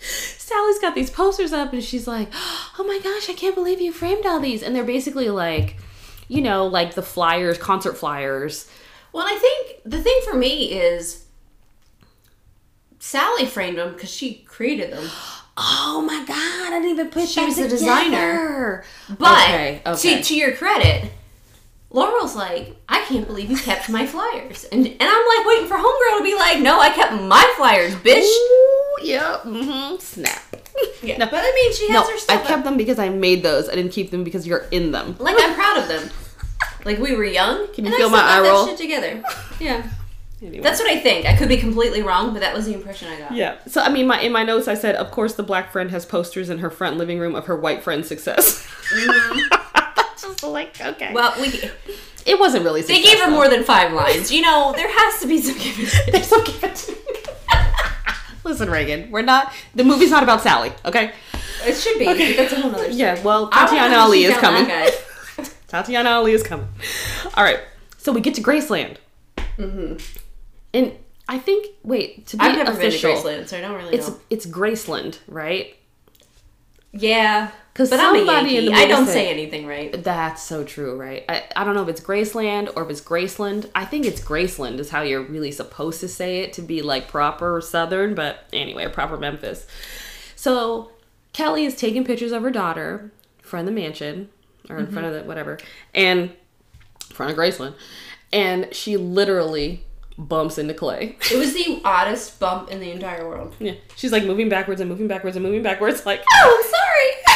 S1: Sally's got these posters up and she's like, Oh my gosh, I can't believe you framed all these. And they're basically like, you know, like the flyers, concert flyers.
S2: Well, I think the thing for me is Sally framed them because she created them,
S1: Oh my god, I didn't even put
S2: She
S1: that
S2: was the
S1: together.
S2: designer. but
S1: okay,
S2: To,
S1: okay.
S2: to your credit, Laurel's like, I can't believe you kept my flyers, and and I'm like waiting for homegirl to be like, No, I kept my flyers, bitch.
S1: Ooh, yep. Mm-hmm. Snap.
S2: Yeah,
S1: No.
S2: but I mean, she
S1: No,
S2: has her
S1: I
S2: stuff.
S1: kept them because I made those. I didn't keep them because you're in them.
S2: like
S1: (laughs)
S2: I'm proud of them. Like we were young.
S1: Can you
S2: and I
S1: feel
S2: still
S1: my
S2: got
S1: eye
S2: that
S1: roll? (laughs)
S2: Shit together. Yeah,
S1: Anyway.
S2: that's what I think. I could be completely wrong, but that was the impression I got.
S1: Yeah. So I mean, my in my notes, I said, of course, the black friend has posters in her front living room of her white friend's success. (laughs) Just like okay. Well,
S2: Mm-hmm. Well,
S1: (laughs)
S2: we.
S1: it wasn't really.
S2: They
S1: Successful.
S2: gave her more than five lines. You know, there has to be some (laughs) giving.
S1: (laughs) There's some give and take. (laughs) Listen, Reagan, we're not. The movie's not about Sally. Okay.
S2: it should be. but That's a whole nother.
S1: Yeah. Well,
S2: I wanna
S1: Tatiana
S2: know
S1: Ali
S2: she's
S1: is
S2: down
S1: coming.
S2: that
S1: Tatiana Ali is coming. All right. So we get to Graceland, and I think wait to be
S2: Mm-hmm. I've never
S1: official.
S2: been to Graceland, so I don't really
S1: It's
S2: know.
S1: it's Graceland, right?
S2: Yeah,
S1: 'Cause
S2: but I'm a
S1: somebody in the
S2: Yankee. I
S1: movie
S2: don't
S1: said-
S2: say anything right.
S1: That's so true, right? I, I don't know if it's Graceland or if it's Graceland. I think it's Graceland is how you're really supposed to say it to be like proper Southern, but anyway, proper Memphis. So Kelly is taking pictures of her daughter from the mansion. or in front of the whatever, and in front of Graceland, and she literally bumps into Clay. (laughs)
S2: It was the oddest bump in the entire world.
S1: Yeah, she's like moving backwards and moving backwards and moving backwards. Like, (laughs)
S2: Oh, I'm
S1: okay,
S2: sorry. (laughs)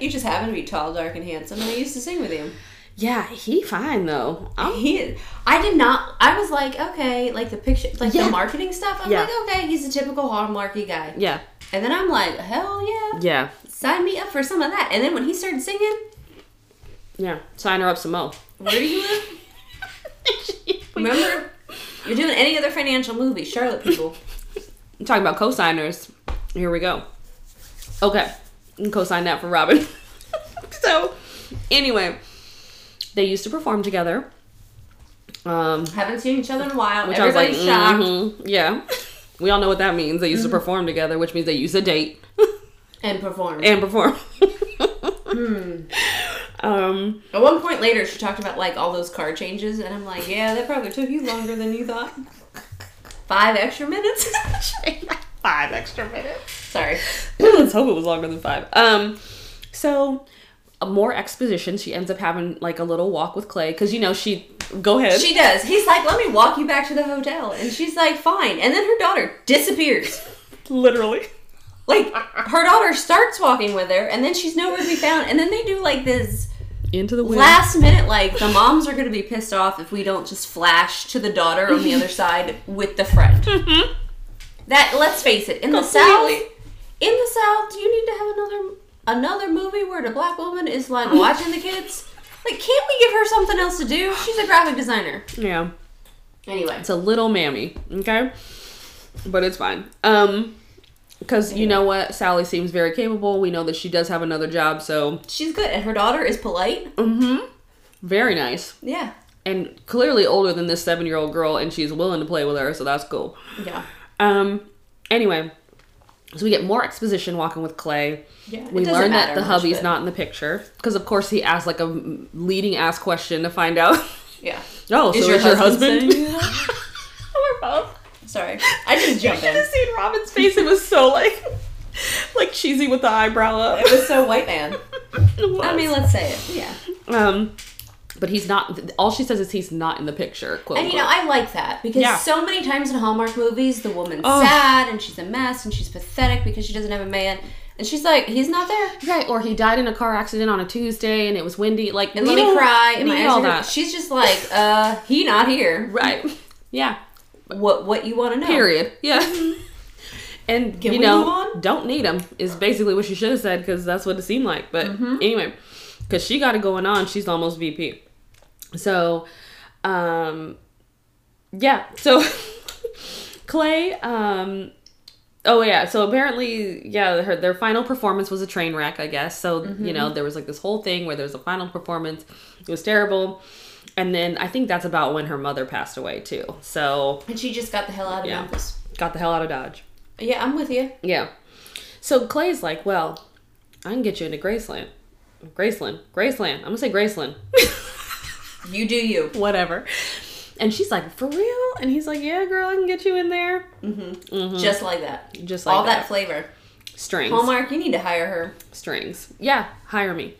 S2: you just happen to be tall, dark, and handsome, and I used to sing with you.
S1: yeah, he fine though. I'm
S2: He is. I did not. I was like, okay, like the picture, like
S1: Yeah.
S2: the marketing stuff. I'm
S1: Yeah.
S2: like, okay, he's a typical Hallmarky guy.
S1: yeah,
S2: And then I'm like, hell yeah,
S1: yeah,
S2: sign me up for some of that. And then when he started singing,
S1: yeah. Sign her up some more.
S2: where do you live?
S1: (laughs)
S2: Remember, you're doing any other financial movie, Charlotte people.
S1: I'm talking about cosigners. Here we go. Okay, you can cosign that for Robin. (laughs) so, anyway, they used to perform together. Um,
S2: Haven't seen each other in a while.
S1: which
S2: Everybody's
S1: I
S2: shocked. Mm-hmm.
S1: was like, hmm yeah, we all know what that means. They used to perform together, which means they used to date (laughs)
S2: And performed.
S1: and perform.
S2: Hmm.
S1: (laughs)
S2: (laughs)
S1: Um,
S2: At one point later, she talked about like all those car changes, and I'm like, yeah, that probably took you longer than you thought. Five extra minutes. (laughs)
S1: five extra minutes.
S2: Sorry.
S1: (clears throat) Let's hope it was longer than five. Um, so uh, more exposition. She ends up having like a little walk with Clay because you know she. Go ahead.
S2: She does. He's like, let me walk you back to the hotel. And she's like, fine. And then her daughter disappears.
S1: (laughs) literally.
S2: Like, her daughter starts walking with her, and then she's nowhere to be found. And then they do like this
S1: Into the wind.
S2: last minute, like, the moms are going to be pissed off if we don't just flash to the daughter on the other side with the friend.
S1: hmm?
S2: That, let's face it, in the South,
S1: Completely.
S2: in the South, you need to have another another movie where the black woman is like watching the kids. Like, can't we give her something else to do? She's a graphic designer.
S1: Yeah.
S2: Anyway.
S1: It's a little mammy, okay? But it's fine. Um because you know what? Sally seems very capable. We know that she does have another job, so
S2: She's good, and her daughter is polite.
S1: very nice.
S2: Yeah,
S1: And clearly older than this seven year old girl, and she's willing to play with her, so that's cool.
S2: yeah,
S1: Um anyway. So we get more exposition walking with Clay.
S2: yeah.
S1: We learn that the hubby's
S2: hubby's
S1: not in the picture. Because of course he asked like a leading ass question to find out. (laughs)
S2: Yeah.
S1: oh, so is your husband? (laughs)
S2: saying that? (laughs)
S1: We're both.
S2: Sorry, I just jumped
S1: You
S2: (laughs)
S1: should
S2: in.
S1: have seen Robin's face. It was so like, (laughs) like cheesy with the eyebrow up.
S2: It
S1: (laughs)
S2: was so white man.
S1: It was.
S2: I mean, let's say it. Yeah,
S1: um, but he's not. All she says is he's not in the picture. Quote.
S2: and you know,
S1: unquote.
S2: I like that because
S1: Yeah.
S2: so many times in Hallmark movies, the woman's
S1: Oh.
S2: sad and she's a mess and she's pathetic because she doesn't have a man, and she's like, he's not there.
S1: right? Or he died in a car accident on a Tuesday, and it was windy. Like,
S2: And
S1: we
S2: let me
S1: don't
S2: cry. And
S1: need
S2: my eyes
S1: all
S2: are- (laughs)
S1: that.
S2: She's just like, uh, he not here.
S1: right? Yeah.
S2: What what you want to know?
S1: Period. Yeah. And
S2: Mm-hmm. Can
S1: you
S2: we
S1: know,
S2: move on?
S1: don't need him is basically what she should have said because that's what it seemed like. But
S2: Mm-hmm.
S1: anyway, because she got it going on, she's almost VP. So, um, yeah. So (laughs) Clay, um, oh yeah. So apparently, yeah, her their final performance was a train wreck, I guess. So you
S2: Mm-hmm.
S1: know, there was like this whole thing where there was a final performance. It was terrible. And then I think that's about when her mother passed away too. So
S2: And she just got the hell out of
S1: Yeah.
S2: Memphis.
S1: got the hell out of Dodge.
S2: Yeah, I'm with you.
S1: Yeah. So Clay's like, well, I can get you into Graceland. Graceland. Graceland. I'm going to say Graceland. (laughs)
S2: You do you.
S1: Whatever. And she's like, for real? And he's like, yeah, girl, I can get you in there.
S2: Just like that.
S1: Mm-hmm. Just like
S2: All that,
S1: that.
S2: flavor.
S1: Strings.
S2: Hallmark, you need to hire her.
S1: Strings. Yeah, hire me.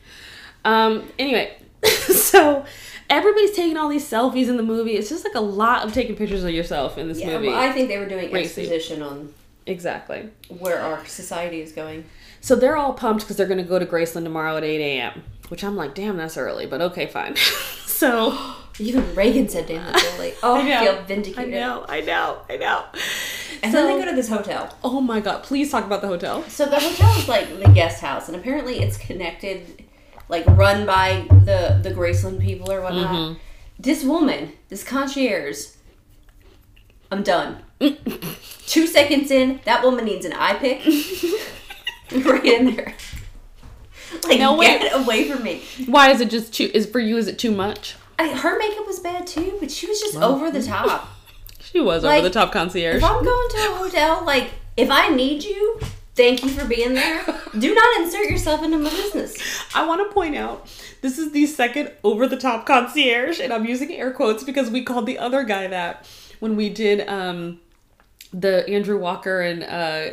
S1: Um, anyway, (laughs) so everybody's taking all these selfies in the movie. It's just like a lot of taking pictures of yourself in this
S2: Yeah,
S1: movie.
S2: well, I think they were doing
S1: Racy.
S2: exposition on
S1: exactly.
S2: where our society is going.
S1: So they're all pumped because they're going to go to Graceland tomorrow at 8 a.m., which I'm like, damn, that's early, but okay, fine. (laughs) so.
S2: Even Reagan said, "Damn, it's
S1: (laughs)
S2: so late." Oh, I,
S1: know.
S2: feel
S1: I
S2: vindicated.
S1: know, I know, I know.
S2: And
S1: so,
S2: then they go to this hotel.
S1: oh my god, please talk about the
S2: (laughs)
S1: hotel.
S2: So the hotel is like the guest house, and apparently it's connected, like run by the the Graceland people or whatnot.
S1: Mm-hmm.
S2: This woman, this concierge, I'm done. Two seconds in, that woman needs an eye pick. (laughs) right in there. Like,
S1: No way.
S2: get away from me.
S1: Why is it just too? Is for you? Is it too much?
S2: I, her makeup was bad too, but she was just over
S1: mm.
S2: the top.
S1: She was
S2: Like,
S1: over the top concierge.
S2: If I'm going to a hotel, like, if I need you, thank you for being
S1: (laughs)
S2: there. Do not insert yourself into my business.
S1: I want to point out this is the second over the top concierge, and I'm using air quotes because we called the other guy that when we did um the Andrew Walker and uh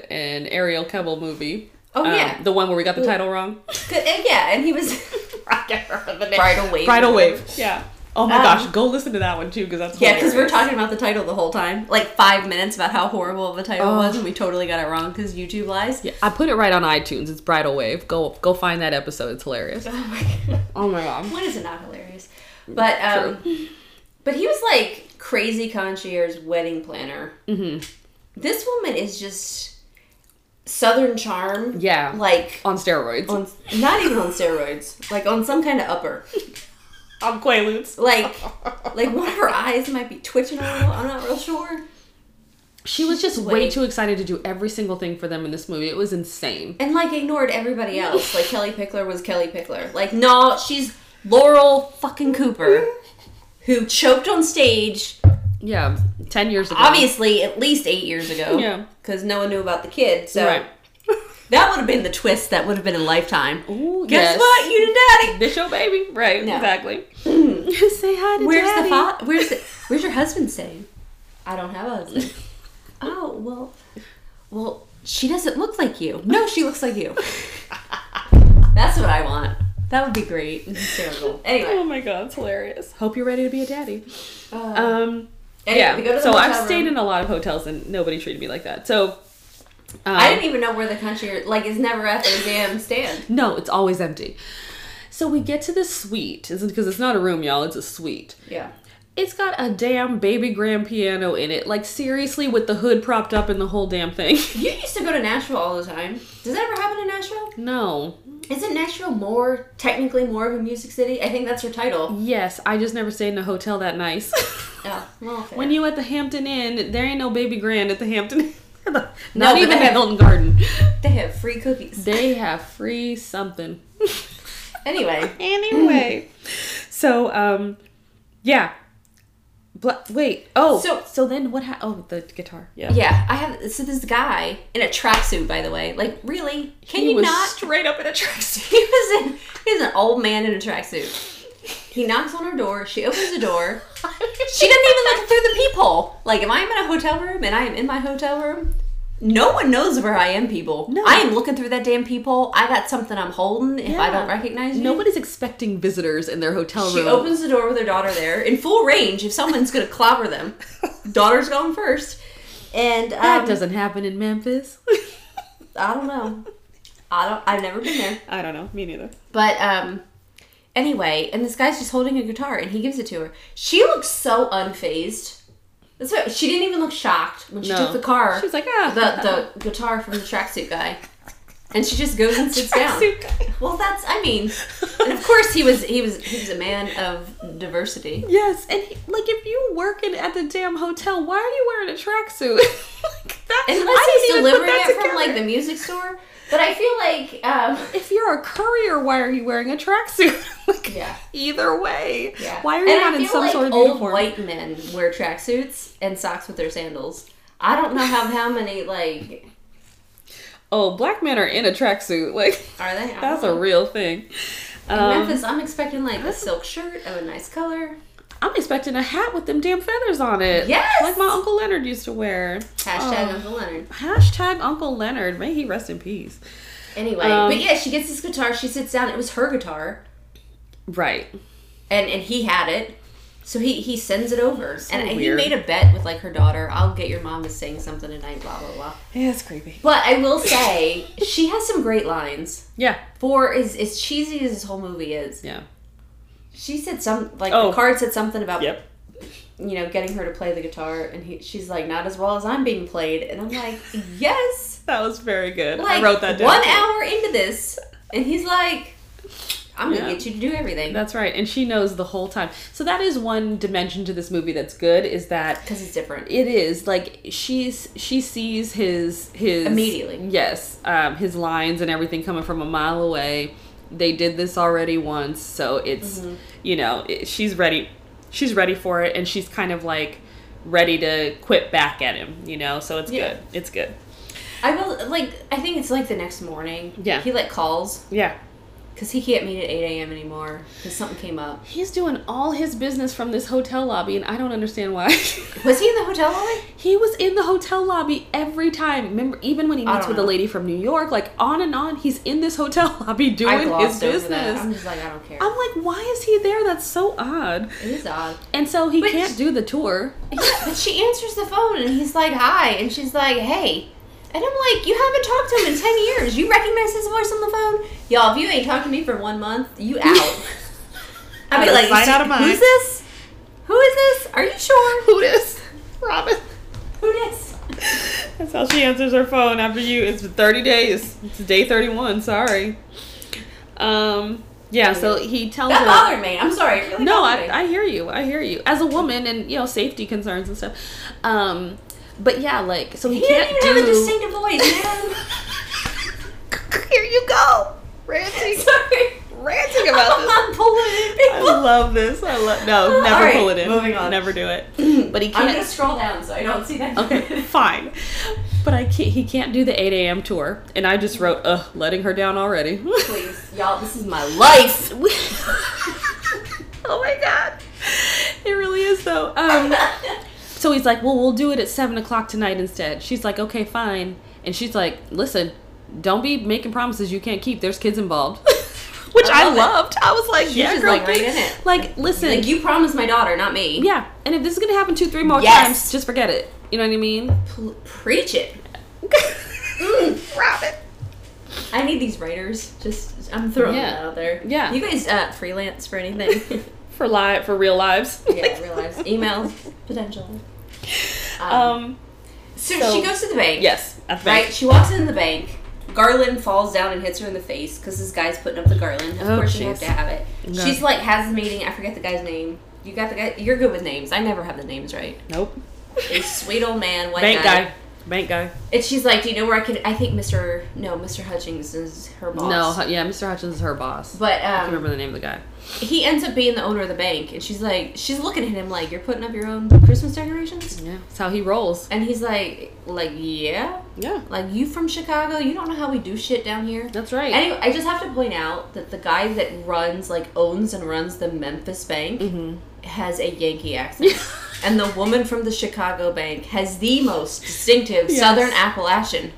S1: and Ariel Kebble movie.
S2: Oh
S1: Um,
S2: yeah.
S1: The one where we got the title wrong.
S2: 'Cause- and yeah, and he was (laughs)
S1: I can't remember the name.
S2: bridal wave.
S1: Bridal Wave. Yeah. Oh my
S2: Um,
S1: gosh, go listen to that one too, because that's
S2: Yeah, because we're
S1: hilarious.
S2: talking about the title the whole time, like five minutes about how horrible of a title
S1: Oh.
S2: was, and we totally got it wrong because YouTube lies.
S1: Yeah, I put it right on iTunes. It's Bridal Wave. Go go find that episode. It's hilarious.
S2: (laughs) Oh my god.
S1: Oh my Mm, god.
S2: What is it not hilarious? But um, but he was like crazy concierge wedding planner. Mm-hmm. This woman is just Southern charm.
S1: Yeah.
S2: like
S1: On steroids.
S2: on not even on steroids, like on some kind of upper.
S1: on Quaaludes.
S2: Like like one of her eyes might be twitching a little. I'm not real sure.
S1: She was just way
S2: Wait.
S1: too excited to do every single thing for them in this movie. It was insane.
S2: and like ignored
S1: (laughs)
S2: everybody else. Like Kelly Pickler was Kelly Pickler. Like no, she's Laurel fucking Cooper, who choked on stage
S1: Yeah, ten years ago.
S2: obviously at least eight years ago.
S1: Yeah.
S2: because no one knew about the kid. So
S1: Right.
S2: that would have been the twist. That would have been a lifetime.
S1: Ooh,
S2: Guess
S1: yes.
S2: what? You did daddy.
S1: This your baby, right?
S2: No. (clears throat)
S1: Exactly. Say hi to
S2: Where's
S1: Daddy.
S2: the fa- Where's the, Where's your husband staying? I don't have a
S1: (laughs)
S2: husband. oh well, well she doesn't look like you. No, she looks like you. (laughs) That's what I want. That would be great. and Hysterical. Anyway.
S1: Oh my god, it's hilarious. Hope you're ready to be a daddy.
S2: Uh,
S1: Um,
S2: anyway,
S1: yeah.
S2: we go to the
S1: so
S2: hotel
S1: I've stayed
S2: room.
S1: in a lot of hotels and nobody treated me like that. So. Um,
S2: I didn't e- even know where the country like is never at their damn stand.
S1: No, it's always empty. So we get to the suite, isn't because it's not a room, y'all. It's a suite.
S2: Yeah.
S1: It's got a damn baby grand piano in it. Like seriously, with the hood propped up and the whole damn thing. (laughs)
S2: You used to go to Nashville all the time. Does that ever happen in Nashville?
S1: No.
S2: Isn't Nashville more technically more of a music city? I think that's her title.
S1: Yes, I just never stayed in a hotel that nice. (laughs)
S2: Oh, well, fair.
S1: when you at the Hampton Inn, there ain't no baby grand at the Hampton. (laughs) Inn. Not
S2: No, but
S1: even
S2: they
S1: at
S2: have-
S1: Hilton Garden.
S2: they have free cookies.
S1: They have free something.
S2: (laughs) Anyway,
S1: anyway, so um, yeah. Bla- wait. Oh, so
S2: So-
S1: so then what? Ha- oh, the guitar. Yeah.
S2: yeah, I have so this guy in a tracksuit, by the way. Like, really? Can
S1: He
S2: you
S1: was
S2: not? (laughs)
S1: straight up in a tracksuit. (laughs)
S2: He was in. He's an old man in a tracksuit. He knocks on her door. She opens the door. She doesn't even look through the peephole. Like, if I'm in a hotel room and I am in my hotel room, no one knows where I am, people.
S1: No.
S2: I am looking through that damn peephole. I got something I'm holding if I
S1: Yeah.
S2: don't recognize you.
S1: Nobody's expecting visitors in their hotel
S2: She
S1: room.
S2: opens the door with her daughter there in full range if someone's going to clobber
S1: (laughs)
S2: them. Daughter's going first. And um,
S1: that doesn't happen in Memphis.
S2: I don't know. I don't, I've never been there.
S1: I don't know. Me neither.
S2: But um anyway, and this guy's just holding a guitar and he gives it to her. She looks so unfazed. That's right. She didn't even look shocked when she
S1: No.
S2: took the car.
S1: She was like, ah.
S2: the the guitar from the tracksuit guy. And she just goes and sits down.
S1: Tracksuit guy.
S2: Well, that's I mean, and of course he was he was he was a man of diversity.
S1: Yes, and he, like if you work in, at the damn hotel, why are you wearing a tracksuit? (laughs) like that.
S2: Unless
S1: I
S2: he's
S1: didn't even put
S2: delivering it
S1: that
S2: from like the
S1: together.
S2: music store, but I feel like um,
S1: If you're a courier, why are you wearing a tracksuit? (laughs) like,
S2: Yeah.
S1: Either way,
S2: Yeah.
S1: why are you
S2: And
S1: not
S2: I
S1: in
S2: feel
S1: some
S2: like
S1: sort of
S2: old
S1: uniform?
S2: white men wear tracksuits and socks with their sandals. I don't know how how many like
S1: Oh, black men are in a tracksuit. (laughs) Like
S2: are they? I
S1: that's
S2: don't
S1: a
S2: know.
S1: real thing. Um,
S2: Memphis. I'm expecting like a silk shirt of a nice color.
S1: I'm expecting a hat with them damn feathers on it.
S2: Yes!
S1: Like my Uncle Leonard used to wear.
S2: Hashtag
S1: Oh.
S2: Uncle Leonard.
S1: Hashtag Uncle Leonard. May he rest in peace.
S2: Anyway,
S1: Um,
S2: but yeah, she gets this guitar. She sits down. It was her guitar,
S1: Right.
S2: and and he had it. So he, he sends it over, and
S1: weird.
S2: he made a bet with like her daughter. I'll get your mom to sing something tonight. Blah blah blah.
S1: Yeah, it's creepy.
S2: But I will
S1: (laughs)
S2: say she has some great lines.
S1: Yeah.
S2: For as as cheesy as this whole movie is,
S1: Yeah.
S2: She said some like
S1: Oh.
S2: the card said something about you know getting her to play the guitar, and he, she's like not as well as I'm being played, and I'm
S1: (laughs)
S2: like yes,
S1: That was very good.
S2: like
S1: I wrote that down.
S2: one
S1: too.
S2: hour into this, and he's like, I'm gonna
S1: Yeah.
S2: get you to do everything
S1: That's right. And she knows the whole time. So that is one dimension to this movie that's good is that
S2: because it's different.
S1: it is like she's she sees his his
S2: Immediately.
S1: yes um his lines and everything coming from a mile away they did this already once so it's you know it, she's ready she's ready for it and she's kind of like ready to quit back at him you know so it's
S2: Yeah.
S1: good it's good
S2: I will like I think it's like the next morning.
S1: Yeah.
S2: he like calls
S1: yeah
S2: Because he can't meet at 8 a.m. anymore because something came up.
S1: He's doing all his business from this hotel lobby, and I don't understand why.
S2: (laughs) Was he in the hotel lobby?
S1: he was in the hotel lobby every time. Remember, even when he
S2: I
S1: meets
S2: don't
S1: with a
S2: know.
S1: lady from New York, like on and on, he's in this hotel (laughs) lobby
S2: I
S1: doing his
S2: glossed over that.
S1: business.
S2: I'm just like, I don't care.
S1: I'm like, why is he there? That's so odd.
S2: it is odd.
S1: And so he
S2: But-
S1: can't do the
S2: (laughs)
S1: tour.
S2: But she answers the phone and he's like, hi. And she's like, hey. And I'm like, you haven't talked to him in 10 years. You recognize his voice on the phone? Y'all, if you ain't talked to me for one month, you
S1: (laughs)
S2: out. I'd
S1: Out of
S2: be like,
S1: sight, out of mind.
S2: who's this? Who is this? Are you sure?
S1: Who dis? Robin.
S2: Who this?
S1: (laughs) That's how she answers her phone after you. It's been 30 days. It's day 31. Sorry. Um. Yeah. So he tells
S2: That
S1: her.
S2: bothered me. I'm sorry. It really
S1: no,
S2: bothered me.
S1: I, I hear you. I hear you. As a woman, and you know, safety concerns and stuff. Um. But yeah, like, so he,
S2: He didn't
S1: can't
S2: even have
S1: do.
S2: a distinctive
S1: (laughs)
S2: voice, man.
S1: Here you go, (laughs) ranting,
S2: sorry.
S1: ranting
S2: I'm not bullying
S1: I
S2: people.
S1: love this. I love. No, never
S2: Alright,
S1: pull it in.
S2: moving on.
S1: Never do
S2: (clears throat)
S1: it. But he
S2: I'm
S1: can't.
S2: gonna scroll down so I don't see that. (laughs)
S1: Okay, fine. But I can't. He can't do the 8 a.m. tour, and I just wrote, "Ugh, letting her down already." (laughs)
S2: Please, y'all, this is my life. (laughs)
S1: oh my god, it really is though. Um, so he's like, "Well, we'll do it at seven o'clock tonight instead." She's like, "Okay, fine," and she's like, "Listen, don't be making promises you can't keep. There's kids involved." (laughs) Which
S2: I
S1: I,
S2: love it.
S1: loved. I was like, "Yeah,
S2: just,
S1: girl,
S2: like, right
S1: be-
S2: in it.
S1: like, listen,
S2: like you promised my daughter, not me.
S1: yeah." And if this is gonna happen two, three more
S2: Yes.
S1: times, just forget it. You know what I mean?
S2: P- preach it. Mm,
S1: Robin.
S2: I need these writers. Just I'm throwing
S1: Yeah.
S2: that out there.
S1: Yeah.
S2: You guys uh, freelance for
S1: (laughs)
S2: anything?
S1: for live for real lives.
S2: yeah, real lives, emails, potential. Um,
S1: (laughs) Um.
S2: so,
S1: so-
S2: she goes to the bank.
S1: Yes. At the bank.
S2: Right. She walks in the bank. Garland falls down and hits her in the face because this guy's putting up the garland. Of
S1: Oh,
S2: course, you have
S1: jeez.
S2: to have it.
S1: Yeah.
S2: She's like has the meeting. I forget the guy's name. You got the guy. You're good with names. I never have the names right.
S1: Nope.
S2: A sweet old man,
S1: (laughs)
S2: white
S1: Bank guy. Bank guy.
S2: And she's like, "Do you know where I could?" I think Mr. No, Mr. Hutchings is her boss.
S1: No. hu- Yeah. Mr. Hutchins is her boss.
S2: but
S1: I can't
S2: um,
S1: remember the name of the guy.
S2: he ends up being the owner of the bank, and she's like, she's looking at him like, "You're putting up your own Christmas decorations,"
S1: Yeah. That's how he rolls.
S2: and he's like, "Like, yeah,
S1: Yeah.
S2: like you from Chicago? You don't know how we do shit down here."
S1: That's right.
S2: Anyway, I just have to point out that the guy that runs, like, owns and runs the Memphis bank has a
S1: (laughs)
S2: Yankee accent. and the woman from the Chicago bank has the most distinctive
S1: Yes.
S2: Southern Appalachian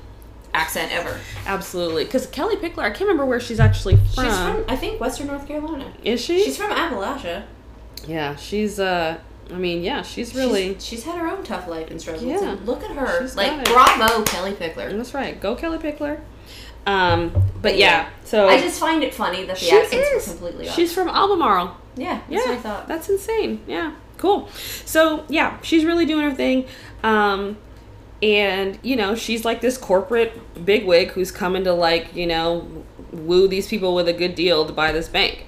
S2: accent ever.
S1: Absolutely. Because Kelly Pickler, I can't remember where she's actually from.
S2: She's from, I think, Western North Carolina.
S1: Is she?
S2: She's from Appalachia.
S1: yeah. She's. Uh. I mean, yeah. She's really.
S2: She's, she's had her own tough life and struggles.
S1: Yeah.
S2: and look at her.
S1: She's
S2: like,
S1: got it.
S2: bravo, Kelly Pickler.
S1: that's right. Go Kelly Pickler. Um. But
S2: Yeah.
S1: yeah. So.
S2: I just find it funny that the accents
S1: is.
S2: were completely off.
S1: She's from Albemarle.
S2: yeah, that's
S1: yeah,
S2: what I thought.
S1: That's insane. Yeah, cool. So yeah, she's really doing her thing, um, and you know she's like this corporate bigwig who's coming to like you know woo these people with a good deal to buy this bank.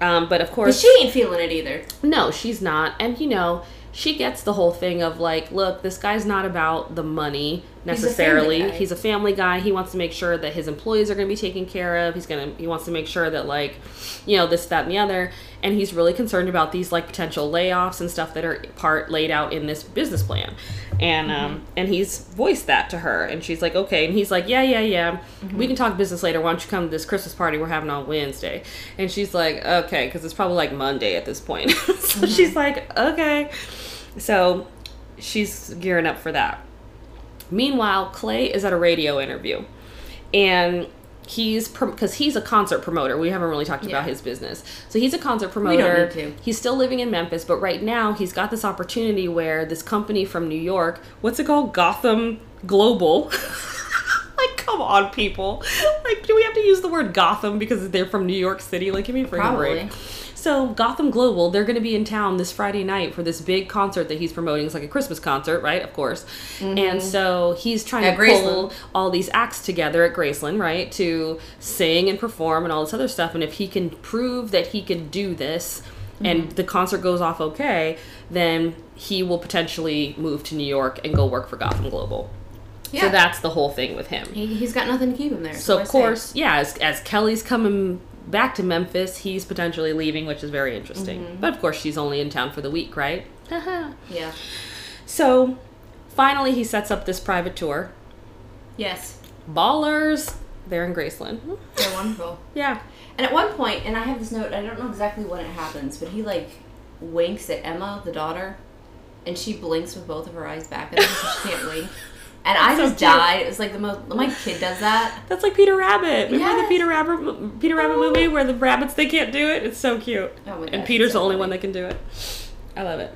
S1: Um, but of
S2: but
S1: course,
S2: she ain't feeling it either.
S1: no, she's not. And you know, she gets the whole thing of like, look, this guy's not about the money
S2: He's a family
S1: necessarily. He's
S2: guy.
S1: a, family guy. He wants to make sure that his employees are going to be taken care of. He's going to he wants to make sure that like, you know, this that and the other, and he's really concerned about these like potential layoffs and stuff that are part laid out in this business plan. And um and he's voiced that to her and she's like, "Okay." And he's like, "Yeah, yeah, yeah. We can talk business later. Why don't you come to this Christmas party we're having on Wednesday?" And she's like, "Okay," cuz it's probably like Monday at this point. (laughs) so she's like, "Okay." So she's gearing up for that. Meanwhile, Clay is at a radio interview, and he's because he's a concert promoter. We haven't really talked
S2: Yeah.
S1: about his business, so he's a concert promoter.
S2: need to.
S1: He's still living in Memphis, but right now he's got this opportunity where this company from New York, what's it called, Gotham Global. (laughs) Like, Come on, people. Like, do we have to use the word Gotham because they're from New York City? Like, give me a freaking
S2: Probably.
S1: break. So Gotham Global, they're going to be in town this Friday night for this big concert that he's promoting. It's like a Christmas concert, right? Of course. And so he's trying
S2: At
S1: to pull
S2: Graceland.
S1: all these acts together at Graceland, right, to sing and perform and all this other stuff. And if he can prove that he can do this,
S2: Mm-hmm.
S1: and the concert goes off okay, then he will potentially move to New York and go work for Gotham Global.
S2: Yeah.
S1: So that's the whole thing with him.
S2: He, he's got nothing to keep him there.
S1: So
S2: I
S1: of
S2: say.
S1: course, yeah, as, as Kelly's coming back to Memphis, he's potentially leaving, which is very interesting.
S2: Mm-hmm.
S1: But of course, she's only in town for the week,
S2: (laughs)
S1: right? Haha.
S2: Yeah.
S1: so finally, he sets up this private tour.
S2: Yes.
S1: Ballers, They're in Graceland.
S2: They're wonderful.
S1: Yeah.
S2: And at one point, and I have this note, I don't know exactly when it happens, but he like winks at Emma, the daughter, and she blinks with both of her eyes back at him because she can't blink. And I
S1: so
S2: just
S1: cute.
S2: died. It was like the most. My kid does that.
S1: That's like Peter Rabbit. Remember the
S2: Yes.
S1: Peter Rabbit Peter Rabbit movie where the rabbits they can't do it? It's so cute.
S2: Oh my
S1: and
S2: God,
S1: Peter's
S2: so
S1: the only
S2: funny.
S1: one that can do it. I love it.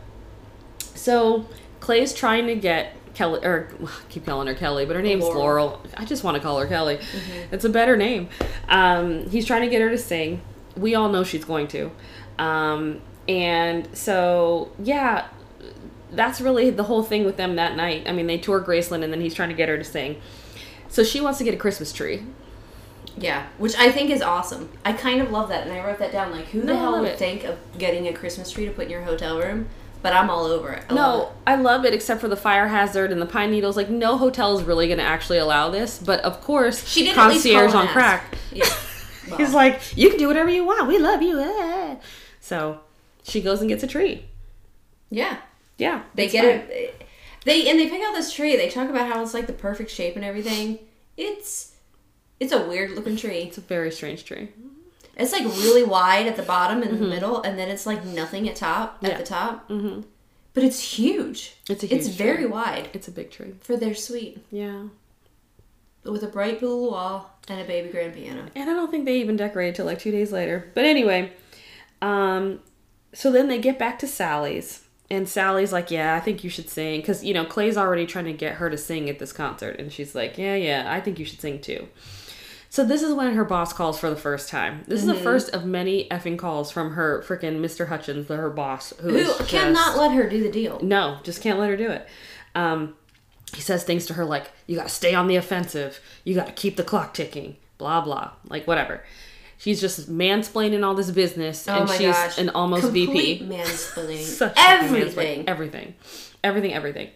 S1: So Clay's trying to get Kelly or (sighs) keep calling her Kelly, but her name's Laurel.
S2: Laurel. Mm-hmm.
S1: I just want to call her Kelly. It's a better name. Um, he's trying to get her to sing. We all know she's going to. Um, and so yeah, that's really the whole thing with them that night. I mean, they tour Graceland, and then he's trying to get her to sing. So she wants to get a Christmas tree.
S2: Yeah, which I think is awesome. I kind of love that, and I wrote that down. Like, who the
S1: No, I
S2: hell
S1: love
S2: would
S1: it.
S2: think of getting a Christmas tree to put in your hotel room? But I'm all over it. I
S1: No,
S2: love
S1: I love it except for the fire hazard and the pine needles. Like, no hotel is really going to actually allow this. But of course,
S2: it. she did at least
S1: concierge
S2: call
S1: on
S2: and ask.
S1: crack (laughs)
S2: Yeah,
S1: is
S2: Well,
S1: like, you can do whatever you want. We love you. ah." So she goes and gets a tree.
S2: yeah.
S1: Yeah,
S2: They
S1: it's
S2: get
S1: fine.
S2: it. They and they pick out this tree. They talk about how it's like the perfect shape and everything. It's it's a weird looking tree.
S1: It's a very strange tree.
S2: It's like really wide at the bottom and the middle, and then it's like nothing at top
S1: Mm-hmm. Yeah.
S2: at the top. Mm-hmm. But it's huge.
S1: It's a
S2: it's
S1: huge
S2: very
S1: tree.
S2: wide
S1: It's a big tree.
S2: for their suite
S1: Yeah,
S2: with a bright blue wall and a baby grand piano.
S1: and I don't think they even decorated till like two days later. But anyway, um, so then they get back to Sally's. And Sally's like, yeah, I think you should sing. Because, you know, Clay's already trying to get her to sing at this concert. And she's like, yeah, yeah, I think you should sing too. So this is when her boss calls for the first time. This is the first of many effing calls from her freaking Mr. Hutchins, the, her boss. Who,
S2: Who
S1: is just-
S2: cannot let her do the deal?
S1: no, just can't let her do it. Um, he says things to her like, you gotta stay on the offensive, you gotta keep the clock ticking, blah, blah, like whatever. She's just mansplaining all this business,
S2: Oh
S1: and
S2: my
S1: she's
S2: gosh!
S1: an almost
S2: Complete
S1: VP.
S2: mansplaining.
S1: (laughs) Such fucking mansplaining.
S2: everything.
S1: Everything. Everything, everything.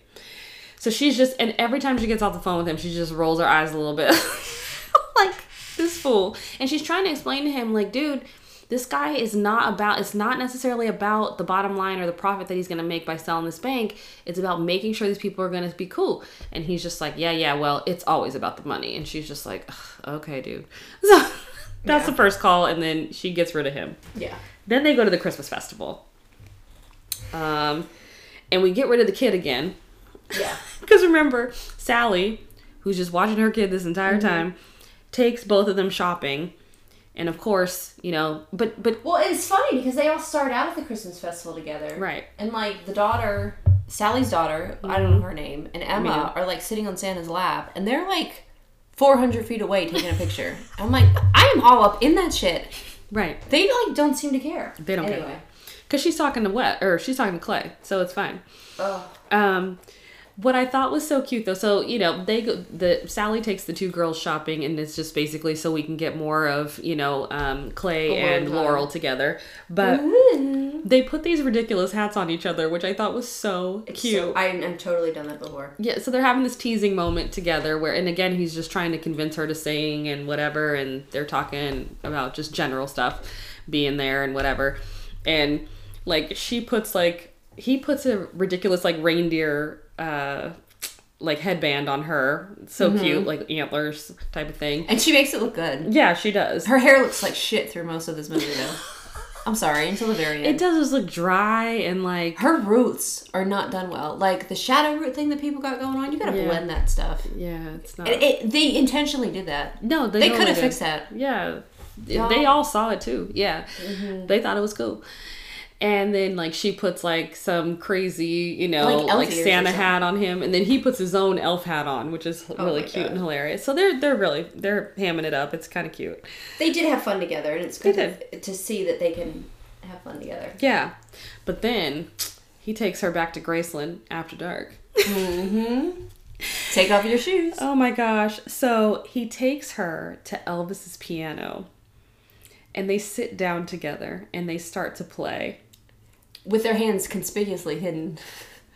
S1: So she's just, and every time she gets off the phone with him, she just rolls her eyes a little bit. (laughs) like, this fool. And she's trying to explain to him, like, dude, this guy is not about, it's not necessarily about the bottom line or the profit that he's going to make by selling this bank. It's about making sure these people are going to be cool. And he's just like, yeah, yeah, well, it's always about the money. And she's just like, "Ugh, okay, dude. (laughs) So that's
S2: Yeah.
S1: the first call. And then she gets rid of him.
S2: Yeah.
S1: Then they go to the Christmas festival. Um, and we get rid of the kid again.
S2: Yeah.
S1: Because remember, Sally, who's just watching her kid this entire time, takes both of them shopping. And of course, you know, but, but,
S2: Well, it's funny because they all start out at the Christmas festival together.
S1: Right.
S2: And like the daughter, Sally's daughter, I don't know her name, and Emma are like sitting on Santa's lap and they're like 400 feet away taking a picture. (laughs) I'm like, I am all up in that shit.
S1: right.
S2: They like don't seem to care.
S1: They don't care.
S2: anyway.
S1: Because she's talking to Wet, or she's talking to Clay, so it's fine.
S2: Oh,
S1: Um, what I thought was so cute though, so you know, they go, the Sally takes the two girls shopping, and it's just basically so we can get more of you know um, Clay
S2: Laurel
S1: and
S2: time.
S1: Laurel together. But they put these ridiculous hats on each other, which I thought was so cute.
S2: So I, I've totally done that before.
S1: yeah, so they're having this teasing moment together where, and again, he's just trying to convince her to sing and whatever, and they're talking about just general stuff, being there and whatever. And like, she puts like, he puts a ridiculous like reindeer, uh, like headband on her. It's so
S2: Mm-hmm.
S1: cute, like antlers type of thing.
S2: And she makes it look good.
S1: Yeah, she does.
S2: Her hair looks like shit through most of this movie though. I'm sorry, until the very end.
S1: It does just look dry and like,
S2: her roots are not done well. Like the shadow root thing that people got going on, you gotta
S1: Yeah.
S2: blend that stuff.
S1: yeah, it's not.
S2: It, it, they intentionally did that.
S1: no, they,
S2: They
S1: know
S2: could
S1: it
S2: have
S1: is.
S2: fixed that.
S1: Yeah.
S2: Yeah.
S1: They all saw it too. Yeah.
S2: Mm-hmm.
S1: They thought it was cool. And then like she puts like some crazy, you know,
S2: Like elf
S1: like,
S2: ears or
S1: Santa
S2: something. Oh
S1: hat on him and then he puts his own elf hat on, which is really
S2: my
S1: cute
S2: God.
S1: and hilarious. So they're they're really they're hamming it up. It's kind of cute.
S2: They did have fun together, and it's good
S1: They
S2: to, to see that they can have fun together.
S1: Yeah. But then he takes her back to Graceland after dark.
S2: Take off your shoes.
S1: Oh my gosh. So he takes her to Elvis's piano and they sit down together and they start to play
S2: With their hands conspicuously hidden.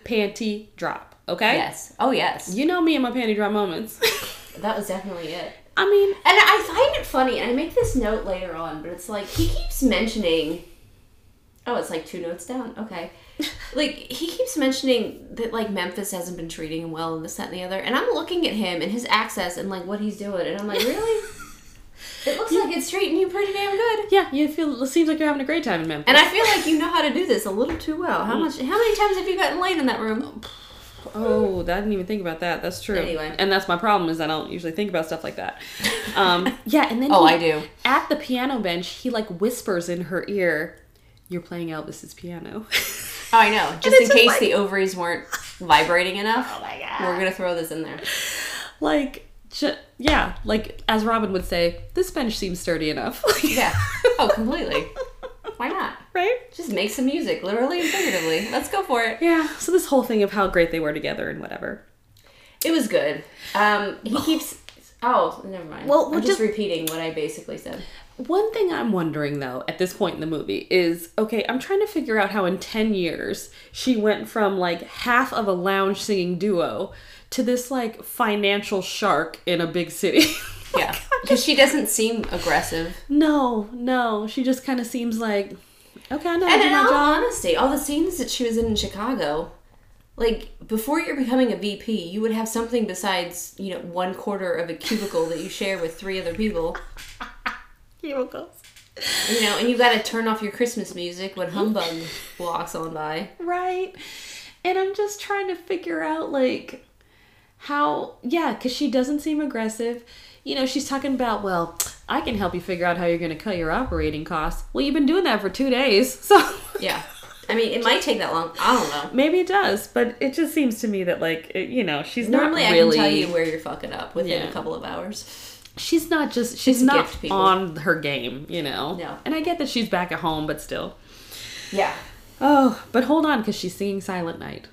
S1: Panty Drop, okay?
S2: Yes. Oh, yes.
S1: You know me and my panty drop moments.
S2: (laughs) That was definitely it.
S1: I mean,
S2: And I find it funny, and I make this note later on, but it's like he keeps mentioning. Oh, it's like two notes down. (laughs) Okay. Like he keeps mentioning that like Memphis hasn't been treating him well and this, that, and the other. And I'm looking at him and his access and like what he's doing, and I'm like, really? (laughs) It looks like it's straight and you pretty damn good.
S1: Yeah, you feel it seems like you're having a great time in Memphis.
S2: And I feel like you know how to do this a little too well. How much? How many times have you gotten laid in that room?
S1: Oh, I didn't even think about that. That's true.
S2: Anyway.
S1: And that's my problem is I don't usually think about stuff like that.
S2: (laughs)
S1: Um, yeah, and then
S2: Oh,
S1: he-
S2: I do.
S1: At the piano bench, he like whispers in her ear, "You're playing Elvis's piano." (laughs)
S2: Oh, I know. Just
S1: it's just
S2: in case oh
S1: like-
S2: the ovaries weren't vibrating enough,
S1: my
S2: we're gonna throw this in there.
S1: like, ju- yeah, like as Robin would say, this bench seems sturdy enough. (laughs)
S2: (laughs) Yeah. Oh, completely. Why not?
S1: right?
S2: Just make some music, literally and figuratively. Let's go for it.
S1: Yeah. So this whole thing of how great they were together and whatever.
S2: It was good. Um, he keeps. Oh, never mind.
S1: Well,
S2: Well,
S1: we'll
S2: I'm just
S1: just-
S2: repeating what I basically said.
S1: One thing I'm wondering though at this point in the movie is okay, I'm trying to figure out how in 10 years she went from like half of a lounge singing duo to this like financial shark in a big city.
S2: Yeah, because she doesn't seem aggressive.
S1: (laughs) no, no, she just kind of seems like okay, I know how
S2: And
S1: to do
S2: in
S1: my
S2: all
S1: job.
S2: honesty, all the scenes that she was in in Chicago, like before you're becoming a VP, you would have something besides you know one quarter of a cubicle that you share with three other people.
S1: Cubicles.
S2: You know, and you got to turn off your Christmas music when humbug walks on by.
S1: Right. And I'm just trying to figure out like how yeah, cuz she doesn't seem aggressive. You know, she's talking about, well, I can help you figure out how you're going to cut your operating costs. Well, you've been doing that for 2 days. (laughs) So
S2: Yeah, I mean, it might take that long. I don't know.
S1: maybe it does, but it just seems to me that like, it, you know, she's
S2: Normally,
S1: not really
S2: I can tell you where you're fucking up within
S1: Yeah.
S2: a couple of hours.
S1: she's not just she's
S2: It's a
S1: not
S2: gift, people.
S1: on her game, you know.
S2: No.
S1: And I get that she's back at home, but still.
S2: Yeah.
S1: Oh, but hold on, because she's singing Silent Night.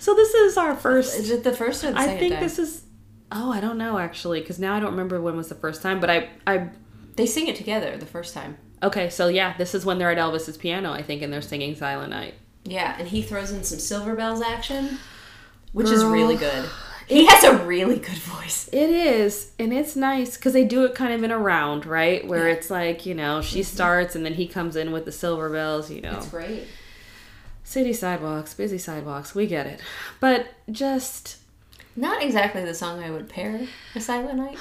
S1: so this is our
S2: Is
S1: first.
S2: it the first or the second
S1: I think
S2: time?
S1: this is. Oh, I don't know actually, because now I don't remember when was the first time. But I, I.
S2: They sing it together the first time.
S1: Okay, so yeah, this is when they're at Elvis's piano, I think, and they're singing Silent Night.
S2: Yeah, and he throws in some Silver Bells action, which is
S1: Girl.
S2: really
S1: (laughs)
S2: good. He has a really good voice.
S1: It is, and it's nice because they do it kind of in a round, right? Where it's like you know she starts and then he comes in with the silver bells, you know.
S2: great.
S1: City sidewalks, busy sidewalks, we get it, but just
S2: Not exactly the song I would pair a Silent Night.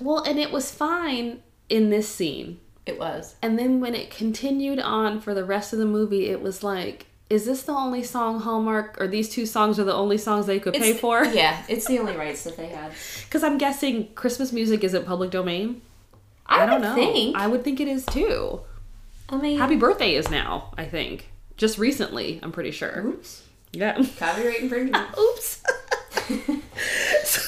S1: well, and it was fine in this scene.
S2: It was.
S1: And then when it continued on for the rest of the movie, it was like, is this the only song Hallmark or these two songs are the only songs they could pay
S2: It's- (laughs)
S1: for?
S2: Yeah, it's the only rights that they had.
S1: Because I'm guessing Christmas music isn't public domain.
S2: I,
S1: don't
S2: would
S1: know.
S2: think. I,
S1: I would think it is too.
S2: mean,
S1: Happy birthday is now, I think. Just recently, I'm pretty sure.
S2: oops, (laughs)
S1: Yeah.
S2: copyright infringement.
S1: (laughs) Oops. so,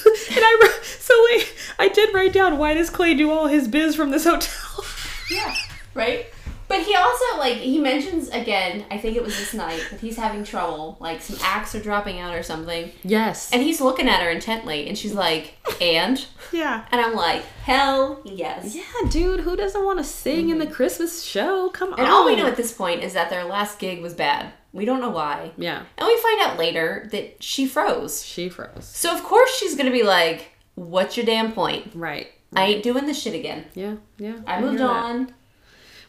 S1: and I, wrote- so wait, I did write down why does Clay do all his biz from this hotel?
S2: Yeah, right? But he also, like, he mentions again, I think it was this night, that he's having trouble. Like, some acts are dropping out or something.
S1: (laughs) yes.
S2: And he's looking at her intently, and she's like, and?
S1: yeah.
S2: And I'm like, hell yes.
S1: Yeah, dude, who doesn't want to sing in the Christmas show? Come on.
S2: Mm-hmm. And all we know at this point is that their last gig was bad. We don't know why.
S1: Yeah,
S2: And we find out later that she froze.
S1: she froze.
S2: So, of course, she's gonna be like, what's your damn point?
S1: Right.
S2: I ain't doing this shit again.
S1: Yeah, yeah.
S2: I
S1: hear
S2: moved
S1: that.
S2: on.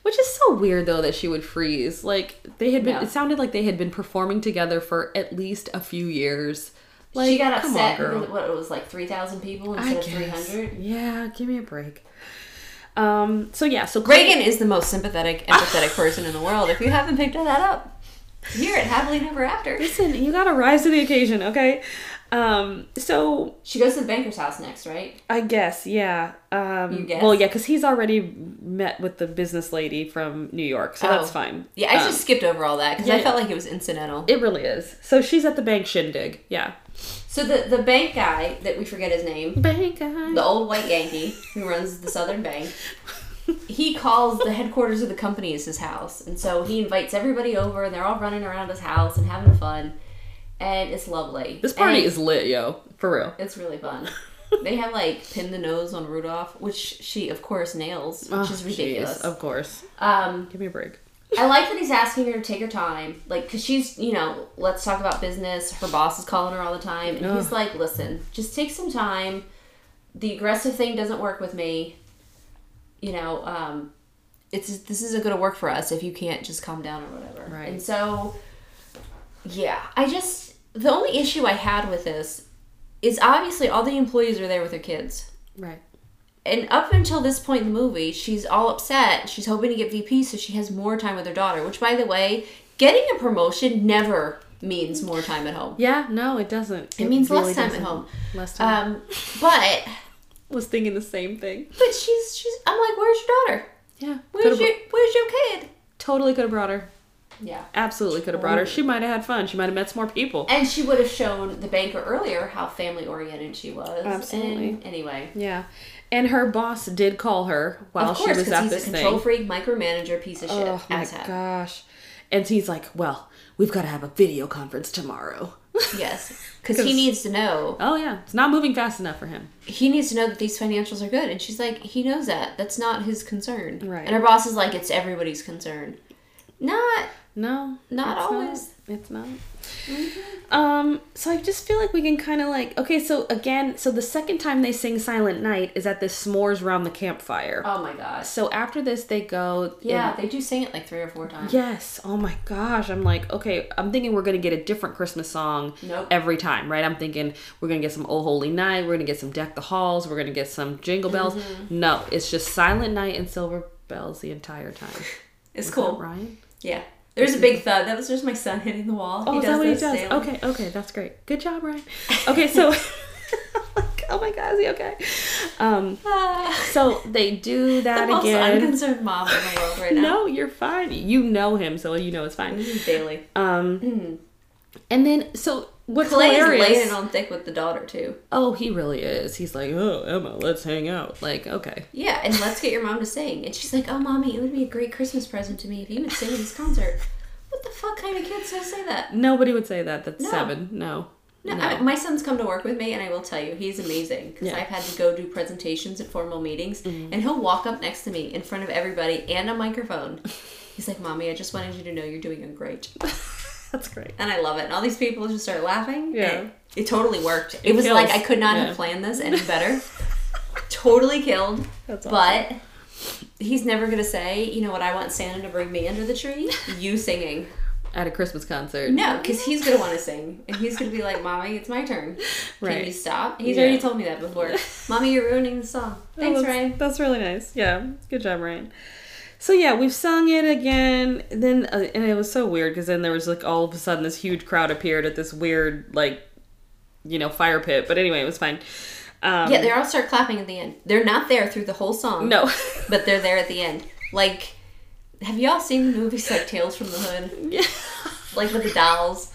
S1: Which is so weird though that she would freeze. Like they had been
S2: Yeah.
S1: it sounded like they had been performing together for at least a few years. Like
S2: she got
S1: come
S2: upset
S1: on, girl.
S2: because, what, it was like 3,000 people
S1: I
S2: instead of
S1: guess.
S2: 300?
S1: Yeah, give me a break. Um so yeah, so Clay-
S2: Reagan is the most (laughs) sympathetic, empathetic person in the world. If you haven't picked that up, here at Happily Never After.
S1: Listen, you gotta rise to the occasion, okay? Um, so
S2: She goes to the banker's house next, right?
S1: I guess, yeah. Um,
S2: You guess?
S1: Well, yeah, because he's already met with the business lady from New York, so that's
S2: Oh.
S1: fine.
S2: Yeah, I
S1: Um,
S2: just skipped over all that because I
S1: yeah.
S2: felt like it was incidental.
S1: It really is. So she's at the bank shindig. Yeah.
S2: So the, the bank guy that we forget his name,
S1: Bank
S2: the old white Yankee who runs the Southern Bank, he calls the headquarters of the company as his house. And so he invites everybody over and they're all running around his house and having fun. And it's lovely.
S1: (laughs) This party
S2: And
S1: is lit, yo. For real.
S2: It's really
S1: (laughs)
S2: fun. they have like pin the nose on Rudolph, which she of course nails, which
S1: Oh,
S2: is ridiculous.
S1: jeez, of course.
S2: Um,
S1: Give me a break.
S2: I like that he's asking her to take her time, like, cause she's, you know, let's talk about business. Her boss is calling her all the time, and he's
S1: Ugh.
S2: like, "Listen, just take some time. The aggressive thing doesn't work with me. You know, um, it's this isn't gonna work for us if you can't just calm down or whatever."
S1: Right.
S2: And so, yeah, I just the only issue I had with this is obviously all the employees are there with their kids.
S1: Right.
S2: And up until this point in the movie, she's all upset. She's hoping to get VP so she has more time with her daughter, which, by the way, getting a promotion never means more time at home.
S1: Yeah, no, it doesn't.
S2: It means
S1: really
S2: less time
S1: doesn't.
S2: at home.
S1: Less time.
S2: Um, but
S1: was thinking the same thing.
S2: but she's she's I'm like, where's your daughter?
S1: Yeah.
S2: Where's
S1: Could've br-
S2: your where's your kid?
S1: totally could have brought her.
S2: Yeah.
S1: Absolutely could have brought her. She might have had fun. She might have met some more people.
S2: And she would have shown the banker earlier how family oriented she was.
S1: Absolutely.
S2: And anyway.
S1: Yeah. And her boss did call her while
S2: of course,
S1: she was
S2: because
S1: at
S2: he's
S1: this
S2: a control
S1: thing.
S2: freak, micromanager, piece of shit.
S1: Oh my
S2: asshat.
S1: gosh. And he's like, well, we've got to have a video conference
S2: (laughs)
S1: tomorrow. (laughs)
S2: Yes. Because he needs to know.
S1: Oh, yeah. It's not moving fast enough for him.
S2: He needs to know that these financials are good. And she's like, he knows that. That's not his concern.
S1: Right.
S2: And her boss is like, it's everybody's concern. Not.
S1: No.
S2: Not
S1: it's
S2: always. Mm-hmm.
S1: it's not. Um, so I just feel like we can kind of like okay. So again, so the second time they sing "Silent Night" is at this s'mores round the campfire.
S2: Oh my gosh.
S1: So after this, they go.
S2: Yeah,
S1: and-
S2: they do sing it like three or four times.
S1: yes. Oh my gosh. I'm like, okay. I'm thinking we're gonna get a different Christmas song
S2: Nope.
S1: every time, right? I'm thinking we're gonna get some "Oh Holy Night," we're gonna get some "Deck the Halls," we're gonna get some "Jingle Bells."
S2: Mm-hmm.
S1: No, it's just "Silent Night" and "Silver Bells" the entire time.
S2: (laughs) It's
S1: Right?
S2: cool. Yeah. There's a big thud. That was just my son hitting the wall.
S1: Oh, is that what he
S2: this
S1: does?
S2: daily.
S1: Okay, okay, that's great. Good job,
S2: (laughs)
S1: Ryan. Okay, so (laughs) like, oh my god, is he okay? Um,
S2: Ah,
S1: so they do
S2: the
S1: that
S2: most
S1: again.
S2: unconcerned mom in the world right now.
S1: (laughs) No, you're fine. You know him, so you know it's fine.
S2: This is daily.
S1: Um, and then so what's
S2: Hmm. Clay is
S1: hilarious?
S2: laying it on thick with the daughter too.
S1: oh, he really is. He's like, oh Emma, let's hang out. Like, okay,
S2: Yeah, and let's get your mom to sing. And she's like, "Oh, mommy, it would be a great Christmas present to me if you would sing in this concert." What the fuck kind of kids do say that?
S1: nobody would say that. That's
S2: No.
S1: seven.
S2: (laughs)
S1: No,
S2: No, I- my son's come to work with me, and I will tell you, he's amazing. Because
S1: Yeah. Mm-hmm.
S2: I've had to go do presentations at formal meetings, and he'll walk up next to me in front of everybody and a
S1: (laughs)
S2: microphone. He's like, "Mommy, I just wanted you to know you're doing a great." job."
S1: that's great.
S2: And I love it. And all these people just start laughing.
S1: Yeah.
S2: and It, totally worked. It, was
S1: kills.
S2: like I could not
S1: Yeah.
S2: have planned this
S1: (laughs)
S2: any better. totally killed.
S1: That's
S2: But he's never gonna say, you know what, I want Santa to bring me under the tree? You singing.
S1: At a Christmas concert. Oh,
S2: No, because he's gonna wanna sing. And he's gonna be like, Mommy, it's my turn. Can
S1: Right.
S2: you stop? He's
S1: Yeah. Oh,
S2: already told me that before.
S1: (laughs)
S2: Mommy, you're ruining the song. Thanks,
S1: that's,
S2: Ryan.
S1: That's really nice. Yeah, good job, Ryan. So yeah, we've sung it again. Then uh, and it was so weird because then there was like all of a sudden this huge crowd appeared at this weird like, you know, fire pit. But anyway, it was fine. Um,
S2: Yeah, they all start clapping at the end. They're not there through the whole song.
S1: no.
S2: But they're there at the end. Like have y'all seen the movies like Tales from the
S1: (laughs)
S2: Hood? (laughs)
S1: Yeah.
S2: like with the dolls.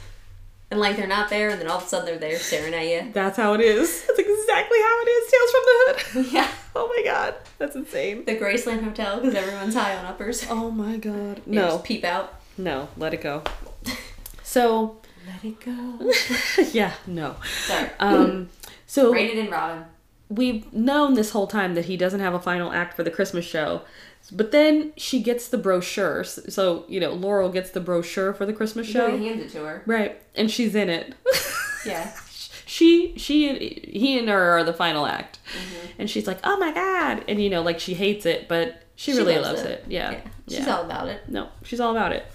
S2: And like they're not there, and then all of a sudden they're there staring at you.
S1: That's how it is. That's exactly how it is. Tales from the (laughs) Hood.
S2: Yeah.
S1: Oh my god, that's insane.
S2: The Graceland Hotel, because everyone's high on uppers.
S1: (laughs) Oh my god.
S2: They
S1: No,
S2: Just peep out.
S1: no, let it go. So
S2: Let it go.
S1: (laughs) yeah, (laughs) no.
S2: Sorry.
S1: Um, so
S2: Rated in Robin.
S1: we've known this whole time that he doesn't have a final act for the Christmas show. But then she gets the brochure. S- So, you know, Laurel gets the brochure for the Christmas
S2: Joey
S1: show.
S2: hands it to her.
S1: Right. And she's in it.
S2: (laughs) Yeah.
S1: (laughs) she she and he and her are the final act.
S2: Mm-hmm.
S1: And she's like, "Oh my god." And you know, like she hates it, but she,
S2: She
S1: really
S2: loves
S1: loves it.
S2: it.
S1: Yeah.
S2: Yeah.
S1: yeah.
S2: She's all about it.
S1: no, she's all about it.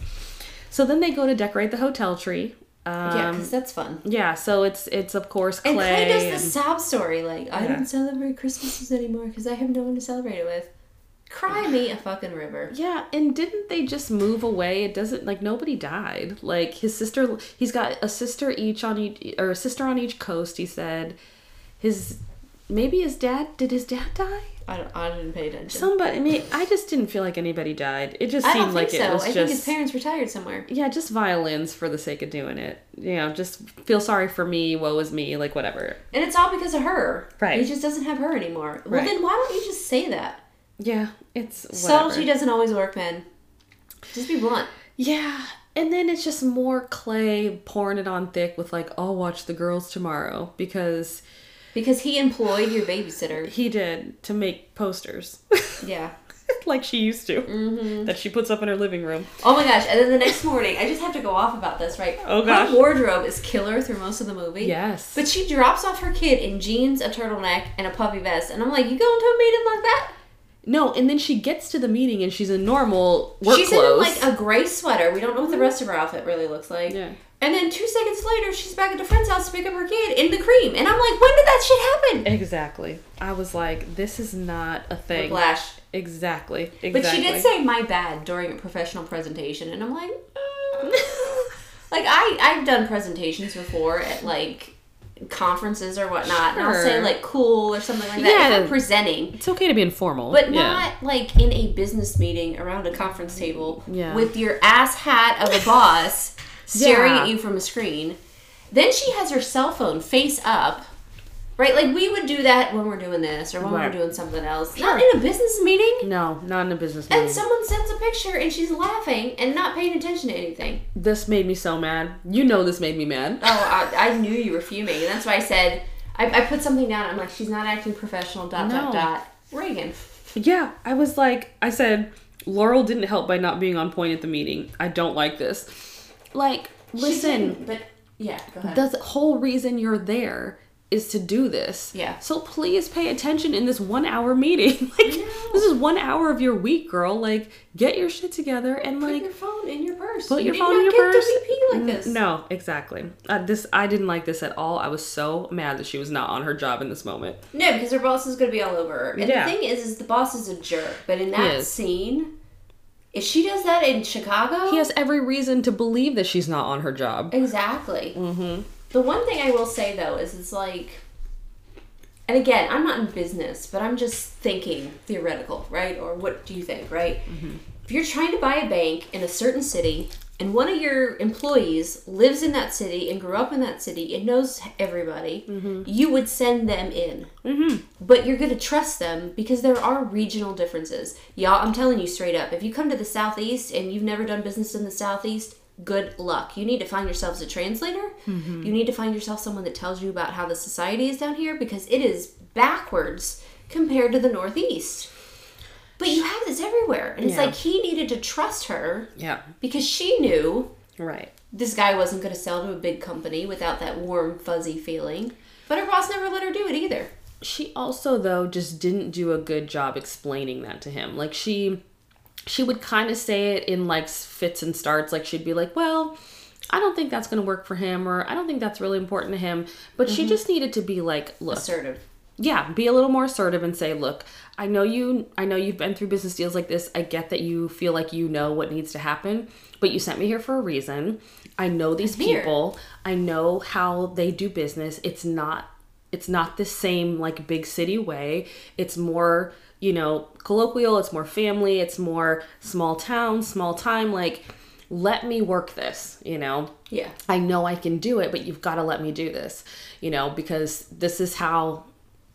S1: So then they go to decorate the hotel tree. Um,
S2: yeah,
S1: yeah,
S2: because that's fun.
S1: so it's it's of course Clay.
S2: And Clay does the
S1: and-
S2: sob story, like, I don't celebrate Christmases anymore because I have no one to celebrate it with. Cry me a fucking river.
S1: Yeah, and didn't they just move away? It doesn't like nobody died. Like his sister, he's got a sister each on each or a sister on each coast. He said, his maybe his dad did his dad die?
S2: I, don't, I didn't pay attention.
S1: Somebody. I mean, I just didn't feel like anybody died. It just
S2: I
S1: seemed
S2: don't
S1: like
S2: think
S1: it
S2: so.
S1: was
S2: I think his
S1: just
S2: parents retired somewhere.
S1: yeah, just violins for the sake of doing it. You know, just feel sorry for me, woe is me, like whatever.
S2: And it's all because of her.
S1: Right.
S2: He just doesn't have her anymore. Well,
S1: Right.
S2: then why don't you just say that?
S1: Yeah, it's whatever.
S2: Subtlety doesn't always work, man. Just be blunt.
S1: Yeah. And then it's just more Clay pouring it on thick with like, I'll watch the girls tomorrow because
S2: Because he employed your babysitter.
S1: he did to make posters (laughs)
S2: Yeah.
S1: like she used to that she puts up in her living room
S2: Oh my gosh. And then the next morning, I just have to go off about this, right?
S1: Oh gosh.
S2: Her wardrobe is killer through most of the movie.
S1: yes
S2: But she drops off her kid in jeans, a turtleneck, and a puppy vest. And I'm like, you going to a meeting like that?
S1: no and then she gets to the meeting and she's in normal work
S2: She's
S1: clothes
S2: in like a gray sweater. We don't know what the rest of her outfit really looks like.
S1: Yeah.
S2: And then two seconds later, she's back at the friend's house to pick up her kid in the cream. And I'm like, when did that shit happen?
S1: Exactly. I was like, this is not a thing.
S2: Flash.
S1: Exactly. Exactly.
S2: But she did say my bad during a professional presentation, and I'm like, mm. (laughs) like I I've done presentations before at like conferences or whatnot, and I'll say
S1: Sure.
S2: like cool or something like that if
S1: Yeah.
S2: I'm presenting,
S1: it's okay to be informal,
S2: but
S1: Yeah.
S2: not like in a business meeting around a conference table
S1: Yeah.
S2: with your ass hat of a
S1: (laughs)
S2: boss staring
S1: Yeah.
S2: at you from a screen. Then she has her cell phone face up. Right, like we would do that when we're doing this or when
S1: Right.
S2: we're doing something else. Not in a business meeting.
S1: No, not in a business meeting.
S2: And someone sends a picture and she's laughing and not paying attention to anything.
S1: this made me so mad. You know, this made me mad.
S2: Oh, I, I knew you were fuming. And that's why I said, I, I put something down. I'm like, she's not acting professional, dot,
S1: No.
S2: dot, dot. Reagan.
S1: Yeah, I was like, I said, Laurel didn't help by not being on point at the meeting. I don't like this. Like, listen,
S2: But yeah, go ahead.
S1: the whole reason you're there is to do this.
S2: Yeah.
S1: So please pay attention in this one hour meeting. (laughs) like, this is one hour of your week, girl. Like, get your shit together and
S2: put
S1: like.
S2: your phone in your purse.
S1: Put your
S2: You did
S1: phone in your
S2: not
S1: purse. Mm,
S2: get WP like this.
S1: No, exactly. Uh, this I didn't like this at all. I was so mad that she was not on her job in this moment.
S2: No, because her boss is going to be all over her. And
S1: Yeah.
S2: the thing is, is the boss is a jerk. But in
S1: He
S2: that
S1: is.
S2: scene, if she does that in Chicago,
S1: He has every reason to believe that she's not on her job.
S2: Exactly. The one thing I will say though is it's like, and again, I'm not in business, but I'm just thinking theoretical, right? Or what do you think, right? If you're trying to buy a bank in a certain city and one of your employees lives in that city and grew up in that city and knows everybody, you would send them in. But you're going to trust them because there are regional differences. Y'all, I'm telling you straight up, if you come to the Southeast and you've never done business in the Southeast, good luck. You need to find yourselves a translator. You need to find yourself someone that tells you about how the society is down here because it is backwards compared to the Northeast. But you have this everywhere. And it's
S1: Yeah.
S2: like he needed to trust her
S1: Yeah,
S2: because she knew
S1: right.
S2: this guy wasn't going to sell to a big company without that warm, fuzzy feeling. But her boss never let her do it either.
S1: she also though just didn't do a good job explaining that to him like she she would kind of say it in like fits and starts like she'd be like well i don't think that's going to work for him or i don't think that's really important to him but she just needed to be like look
S2: Assertive.
S1: yeah be a little more assertive and say look i know you i know you've been through business deals like this i get that you feel like you know what needs to happen but you sent me here for a reason i know these
S2: here.
S1: people i know how they do business it's not it's not the same like big city way it's more you know colloquial it's more family it's more small town small time like let me work this you know
S2: Yeah.
S1: I know I can do it, but you've got to let me do this, you know, because this is how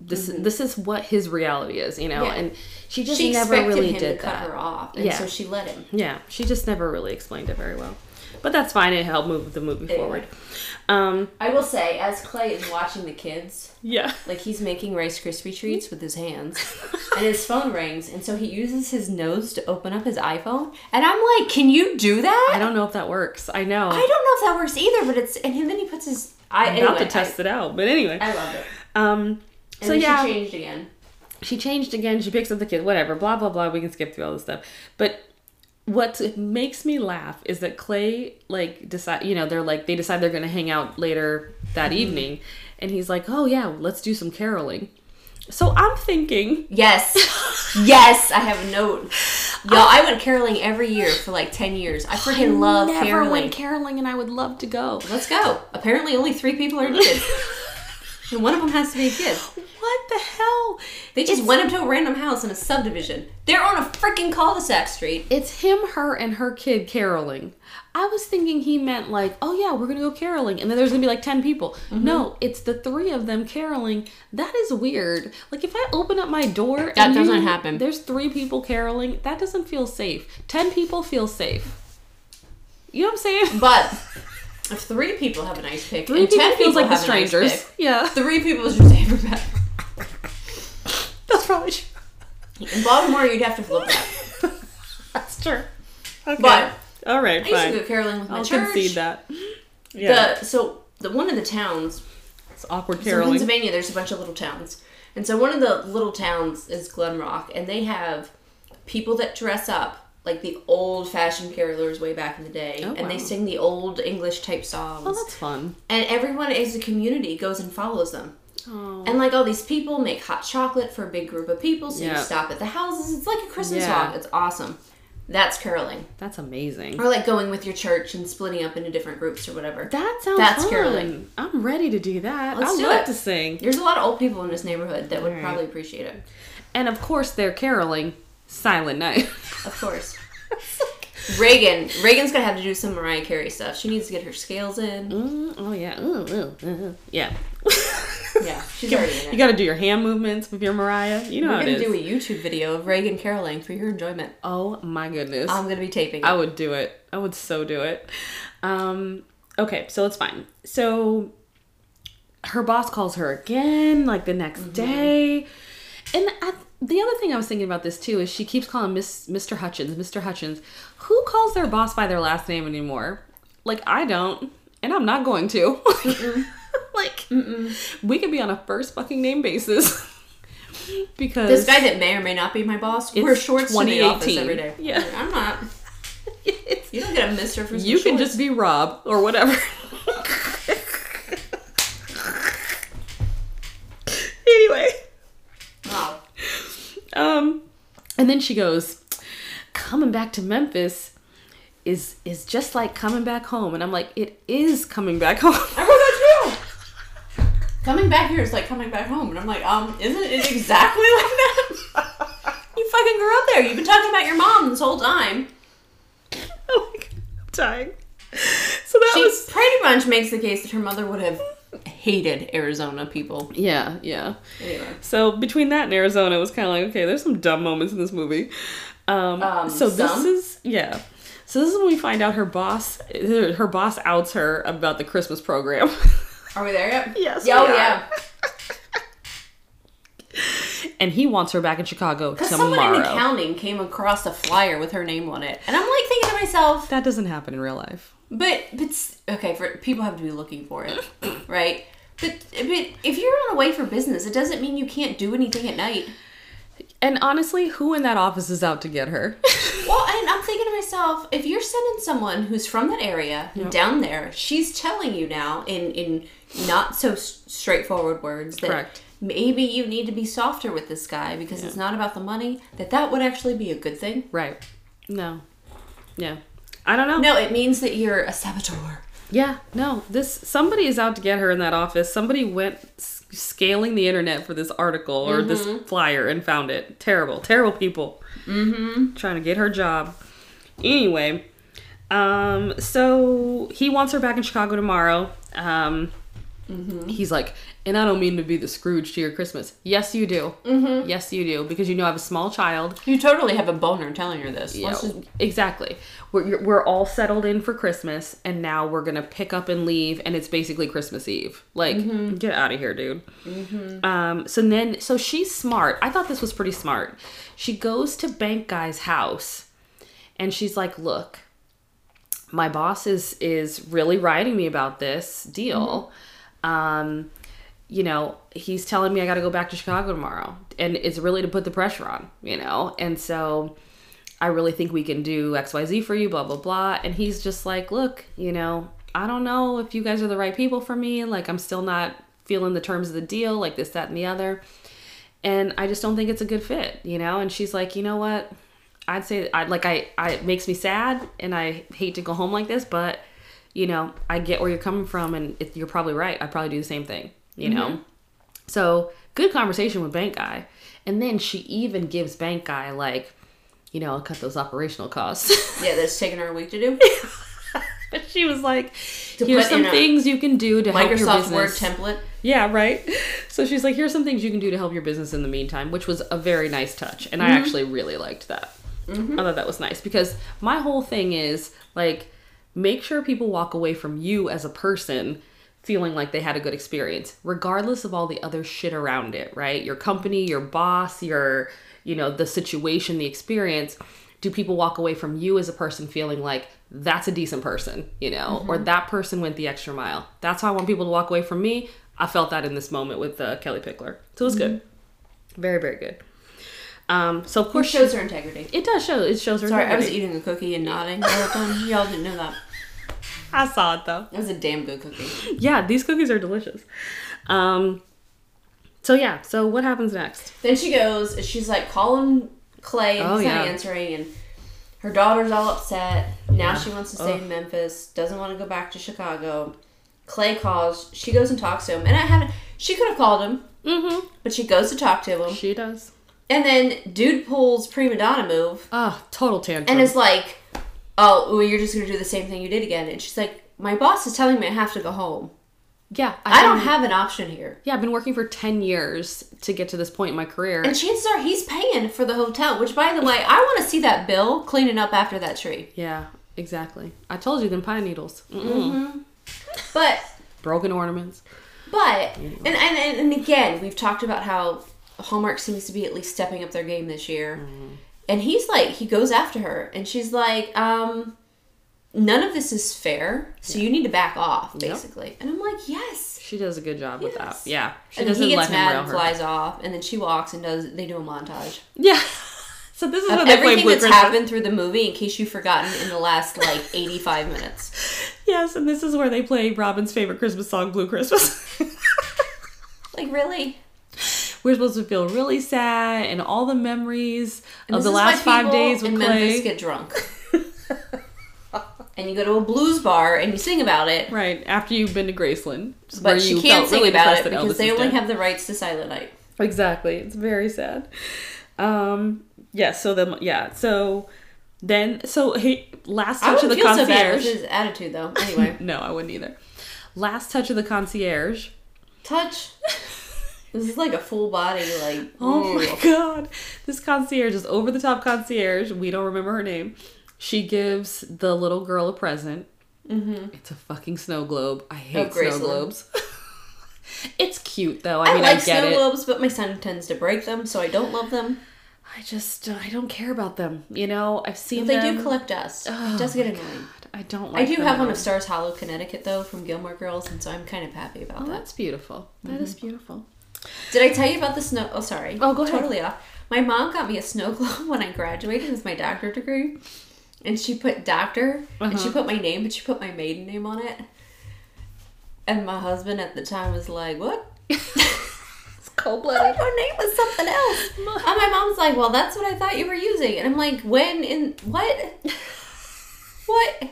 S1: this this is what his reality is, you know.
S2: Mm-hmm. Yeah.
S1: And she just
S2: she
S1: never
S2: expected
S1: really
S2: him
S1: did
S2: to
S1: that.
S2: cut her off, and
S1: Yeah.
S2: so she let him.
S1: Yeah, she just never really explained it very well. But that's fine. It helped move the movie forward. Um,
S2: I will say, as Clay is watching the kids,
S1: yeah.
S2: like he's making Rice Krispie treats with
S1: (laughs)
S2: his hands, and his phone rings, and so he uses his nose to open up his iPhone, and I'm like, can you do that?
S1: I don't know if that works. I know.
S2: I don't know if that works either, but it's and then he puts his. I
S1: I'm
S2: anyway,
S1: about to test it out, but anyway.
S2: I, I love it.
S1: Um,
S2: And
S1: so
S2: then
S1: yeah,
S2: she changed again.
S1: she changed again. She picks up the kid. Whatever. Blah blah blah. We can skip through all this stuff. But what makes me laugh is that Clay like decide. You know, they're like they decide they're gonna hang out later that evening, and he's like, "Oh yeah, let's do some caroling." So I'm thinking, (laughs)
S2: Yes, (laughs) yes, I have a note. Y'all, I went caroling every year for like ten years. I freaking love
S1: never
S2: caroling.
S1: went caroling, and I would love to go.
S2: Let's go. Apparently, only three people are needed. and one of them has to be a kid.
S1: (laughs) What the hell?
S2: They just went up to a random house in a subdivision. They're on a freaking cul-de-sac street.
S1: It's him, her, and her kid caroling. I was thinking he meant like, oh yeah, we're gonna go caroling, and then there's gonna be like ten people.
S2: Mm-hmm.
S1: No, it's the three of them caroling. That is weird. Like if I open up my door,
S2: That
S1: and
S2: doesn't happen.
S1: There's three people caroling. That doesn't feel safe. Ten people feels safe. You know what I'm saying?
S2: But if three people have an ice pick,
S1: Three
S2: and
S1: people
S2: ten
S1: feels
S2: people
S1: like the
S2: have an ice
S1: strangers.
S2: pick,
S1: yeah, (laughs)
S2: three people is just everybody.
S1: that's probably true.
S2: In Baltimore, you'd have to flip that.
S1: That's true. Okay.
S2: But
S1: all right,
S2: I used to
S1: fine.
S2: go caroling with my
S1: I'll
S2: church. Mm-hmm.
S1: concede that. Yeah,
S2: The, so the one of the towns
S1: it's awkward
S2: So in
S1: caroling.
S2: Pennsylvania, there's a bunch of little towns, and so one of the little towns is Glen Rock, and they have people that dress up like the old fashioned carolers way back in the day,
S1: Oh,
S2: and they
S1: wow.
S2: sing the old English type songs.
S1: Oh, that's fun.
S2: and everyone as a community goes and follows them.
S1: Oh.
S2: And like all these people make hot chocolate for a big group of people, so
S1: Yeah.
S2: you stop at the houses. It's like a Christmas
S1: Yeah.
S2: walk. It's awesome. That's caroling.
S1: That's amazing.
S2: Or like going with your church and splitting up into different groups or whatever.
S1: That sounds
S2: That's
S1: fun.
S2: caroling.
S1: I'm ready to do that.
S2: Let's
S1: I
S2: do
S1: love
S2: it.
S1: to sing.
S2: There's a lot of old people in this neighborhood that would
S1: Alright.
S2: probably appreciate it.
S1: And of course, they're caroling Silent Night.
S2: (laughs) Of
S1: (laughs)
S2: course. Reagan. Reagan's gonna have to do some Mariah Carey stuff. She needs to get her scales in.
S1: Mm, oh, yeah. Ooh, ooh, ooh. Yeah.
S2: Yeah,
S1: (laughs)
S2: she's already in it.
S1: You got to do your hand movements with your Mariah. You know
S2: We're
S1: how it
S2: gonna
S1: is.
S2: do a YouTube video of Reagan caroling for your enjoyment.
S1: oh, my goodness.
S2: I'm gonna be taping.
S1: I
S2: it.
S1: would do it. I would so do it. Um, okay, so it's fine. So her boss calls her again, like the next
S2: Mm-hmm.
S1: day. And I, the other thing I was thinking about this too is she keeps calling Miss Mr. Hutchins, Mr. Hutchins. Who calls their boss by their last name anymore? Like I don't, and I'm not going to. (laughs) like we could be on a first fucking name basis (laughs) because
S2: This guy that may or may not be my boss wears shorts to the office
S1: 2018.
S2: every day.
S1: Yeah.
S2: I'm not.
S1: (laughs) it's
S2: You don't get a mister for some
S1: you can
S2: shorts.
S1: just be Rob or whatever. (laughs) anyway,
S2: Wow.
S1: um, and then she goes, "Coming back to Memphis is is just like coming back home," and I'm like, "It is coming back
S2: I
S1: home."
S2: wrote that
S1: (laughs)
S2: too. Coming back here is like coming back home, and I'm like, um, isn't it exactly (laughs) like that? you fucking grew up there. You've been talking about your mom this whole time.
S1: (laughs) oh my god, I'm dying. So that
S2: She
S1: was
S2: pretty much makes the case that her mother would have hated Arizona people.
S1: yeah, yeah.
S2: Anyway.
S1: So between that and Arizona, it was kind of like, okay, there's some dumb moments in this movie. Um,
S2: Um,
S1: so this
S2: some?
S1: is yeah. So this is when we find out her boss, her boss outs her about the Christmas program. (laughs)
S2: Are we there yet?
S1: Yes,
S2: Yeah,
S1: we
S2: oh,
S1: are.
S2: yeah.
S1: (laughs) and he wants her back in Chicago
S2: Because someone in
S1: tomorrow.
S2: accounting came across a flyer with her name on it, and I'm like thinking to myself,
S1: That doesn't happen in real life.
S2: but but s- okay, for people have to be looking for
S1: (clears throat)
S2: it, right? But but if you're on away for business, it doesn't mean you can't do anything at night.
S1: And honestly, who in that office is out to get her? (laughs)
S2: Well, and I'm thinking to myself, if you're sending someone who's from that area down there, she's telling you now in in not so s- straightforward words that
S1: Correct.
S2: maybe you need to be softer with this guy because it's not about the money. That that would actually be a good thing.
S1: right. No. Yeah. I don't know.
S2: No, it means that you're a saboteur.
S1: Yeah. No. This somebody is out to get her in that office. Somebody went s- scaling the internet for this article or this flyer and found it. Terrible. Terrible people. Mm-hmm. Trying to get her job. Anyway, um, so he wants her back in Chicago tomorrow. Um, He's like, and I don't mean to be the Scrooge to your Christmas. Yes, you do. Mm-hmm. Yes, you do. Because you know I have a small child.
S2: You totally have a boner telling her this.
S1: Yeah,
S2: Let's just-
S1: exactly. We're you're- we're all settled in for Christmas, and now we're gonna pick up and leave, and it's basically Christmas Eve. Like, get out of here, dude. Um. So then, so she's smart. I thought this was pretty smart. She goes to bank guy's house, and she's like, "Look, my boss is is really writing me about this deal. Um, you know, he's telling me I got to go back to Chicago tomorrow, and it's really to put the pressure on, you know. And so, I really think we can do X Y Z for you, blah blah blah. And he's just like, look, you know, I don't know if you guys are the right people for me. Like, I'm still not feeling the terms of the deal, like this, that, and the other. And I just don't think it's a good fit, you know. And she's like, you know what? I'd say I like I, I it makes me sad and I hate to go home like this, but you know, I get where you're coming from and it, you're probably right. I probably do the same thing, you
S2: Mm-hmm.
S1: know. So, good conversation with bank guy. And then she even gives bank guy like, you know, I'll cut those operational costs.
S2: yeah, that's taken her a week to (laughs) do.
S1: but (laughs) she was like,
S2: To
S1: here's
S2: put in
S1: some
S2: a
S1: things you can do to help your
S2: Microsoft
S1: business.
S2: Word template.
S1: Yeah, right. So she's like, here's some things you can do to help your business in the meantime, which was a very nice touch. And I actually really liked that. I thought that was nice because my whole thing is like, make sure people walk away from you as a person feeling like they had a good experience, regardless of all the other shit around it, right? Your company, your boss, your, you know, the situation, the experience. Do people walk away from you as a person feeling like that's a decent person, you know, or that person went the extra mile? That's how I want people to walk away from me. I felt that in this moment with uh, Kelly Pickler. So Mm-hmm. it was good. Very, very good. Um, so of
S2: Which
S1: course,
S2: shows her integrity.
S1: it does show. It shows her.
S2: Sorry, I was
S1: integrity.
S2: eating a cookie and (laughs) nodding. Well done. Y'all didn't know that.
S1: I saw it though.
S2: That was a damn good cookie.
S1: Yeah, these cookies are delicious. Um, so yeah. So what happens next?
S2: Then she goes, and she's like calling Clay, and
S1: Oh,
S2: he's not
S1: yeah.
S2: answering, and her daughter's all upset. Now she wants to stay in Memphis, doesn't want to go back to Chicago. Clay calls, she goes and talks to him, and I haven't, she could have called him,
S1: Mm-hmm.
S2: but she goes to talk to him,
S1: She does.
S2: and then dude pulls prima donna move,
S1: Ah, total tantrum.
S2: and it's like, oh, well, you're just gonna do the same thing you did again, and she's like, my boss is telling me I have to go home.
S1: yeah,
S2: I don't
S1: been-
S2: have an option here.
S1: Yeah, I've been working for ten years to get to this point in my career.
S2: And chances are he's paying for the hotel, which, by the way, I want to see that bill cleaning up after that tree.
S1: yeah, exactly. I told you, them pine needles, Mm-mm.
S2: But,
S1: broken ornaments.
S2: but, and, and, and, and again, we've talked about how Hallmark seems to be at least stepping up their game this year.
S1: Mm-hmm.
S2: And he's like, he goes after her, and she's like, um, none of this is fair, so you need to back off, basically. And I'm like, yes.
S1: She does a good job with that.
S2: Yes.
S1: Yeah, she
S2: and then
S1: doesn't
S2: he
S1: let
S2: gets
S1: him
S2: mad
S1: rail
S2: and
S1: her.
S2: flies off, and then she walks and does. They do a montage.
S1: Yeah. (laughs) So this is what they play
S2: Everything
S1: Blue
S2: that's
S1: Christmas.
S2: happened through the movie, in case you've forgotten, in the last like 85 minutes.
S1: Yes, and this is where they play Robin's favorite Christmas song, Blue Christmas. (laughs)
S2: Like really?
S1: We're supposed to feel really sad and all the memories of
S2: This
S1: the
S2: is why
S1: last five
S2: people
S1: days
S2: in
S1: with Clay.
S2: Memphis
S1: (laughs)
S2: get drunk. and you go to a blues bar and you sing about it,
S1: right after you've been to Graceland, where
S2: but she
S1: you
S2: can't
S1: felt
S2: sing
S1: really
S2: about
S1: depressed
S2: it
S1: that
S2: because
S1: Elvis
S2: they
S1: is
S2: only
S1: dead.
S2: have the rights to Silent Night.
S1: Exactly. It's very sad. Um yeah, so the yeah, so then so hey last
S2: I
S1: touch of
S2: would
S1: the
S2: feel so bad
S1: concierge.
S2: with his
S1: (laughs)
S2: attitude though. Anyway,
S1: no, I wouldn't either. Last touch of the concierge.
S2: touch. This is like a full body like.
S1: Oh
S2: ooh.
S1: my (laughs) god. This concierge is over the top concierge. We don't remember her name. She gives the little girl a present. Mm-hmm. It's a fucking snow globe. I hate snow
S2: Oh, Graceland.
S1: globes. (laughs) it's cute though. I
S2: I
S1: mean, I,
S2: like
S1: get
S2: snow
S1: it.
S2: globes, but my son tends to break them, so I don't love them.
S1: I just uh, I don't care about them. You know, I've seen
S2: But they
S1: them. Oh
S2: do collect dust. it does get annoying.
S1: God, I don't.
S2: I
S1: Like
S2: do
S1: them
S2: have
S1: at
S2: one
S1: all.
S2: of Stars Hollow, Connecticut, though, from Gilmore Girls, and so I'm kind of happy about
S1: Oh,
S2: that.
S1: that's beautiful. That is
S2: Mm-hmm. (laughs)
S1: beautiful.
S2: Did I tell you about the snow? Oh, sorry.
S1: Oh, go ahead.
S2: Totally off. My mom got me a snow (laughs) globe when I graduated with my doctorate degree, and she put doctor, and
S1: Uh-huh.
S2: she put my name, but she put my maiden name on it. And my husband at the time was like, "What? (laughs)
S1: It's cold (laughs)
S2: Your name was something else." and my mom's like, "Well, that's what I thought you were using." And I'm like, "When in
S1: (laughs)
S2: what? what?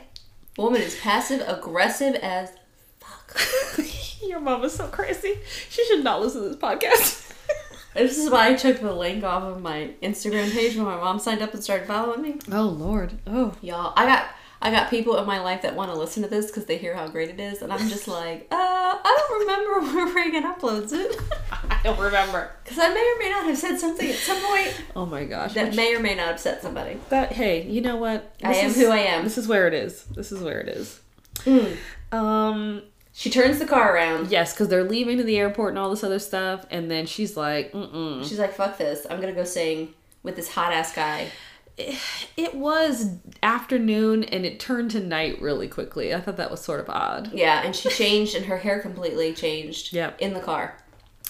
S2: Woman is passive aggressive as fuck."
S1: (laughs) Your mom is so crazy. She should not listen to this podcast. (laughs)
S2: This is why I took the link off of my Instagram page when my mom signed up and started following me.
S1: oh Lord. Oh.
S2: Y'all, I got I got people in my life that want to listen to this because they hear how great it is, and
S1: (laughs)
S2: I'm just like, uh, I don't remember (laughs) where Reagan uploads it
S1: I don't remember.
S2: because I may or may not have said something at some point
S1: Oh my gosh.
S2: that may or may not upset somebody.
S1: But hey, you know what?
S2: I am who I am.
S1: This is where it is. This is where it is. Mm. Um.
S2: She turns the car around.
S1: Yes, because they're leaving to the airport and all this other stuff, and then she's like, "Mm-mm."
S2: She's like, "Fuck this! I'm gonna go sing with this hot ass guy."
S1: It was afternoon, and it turned to night really quickly. I thought that was sort of odd.
S2: Yeah,
S1: (laughs)
S2: and she changed, and her hair completely changed.
S1: Yep.
S2: in
S1: (laughs)
S2: the car.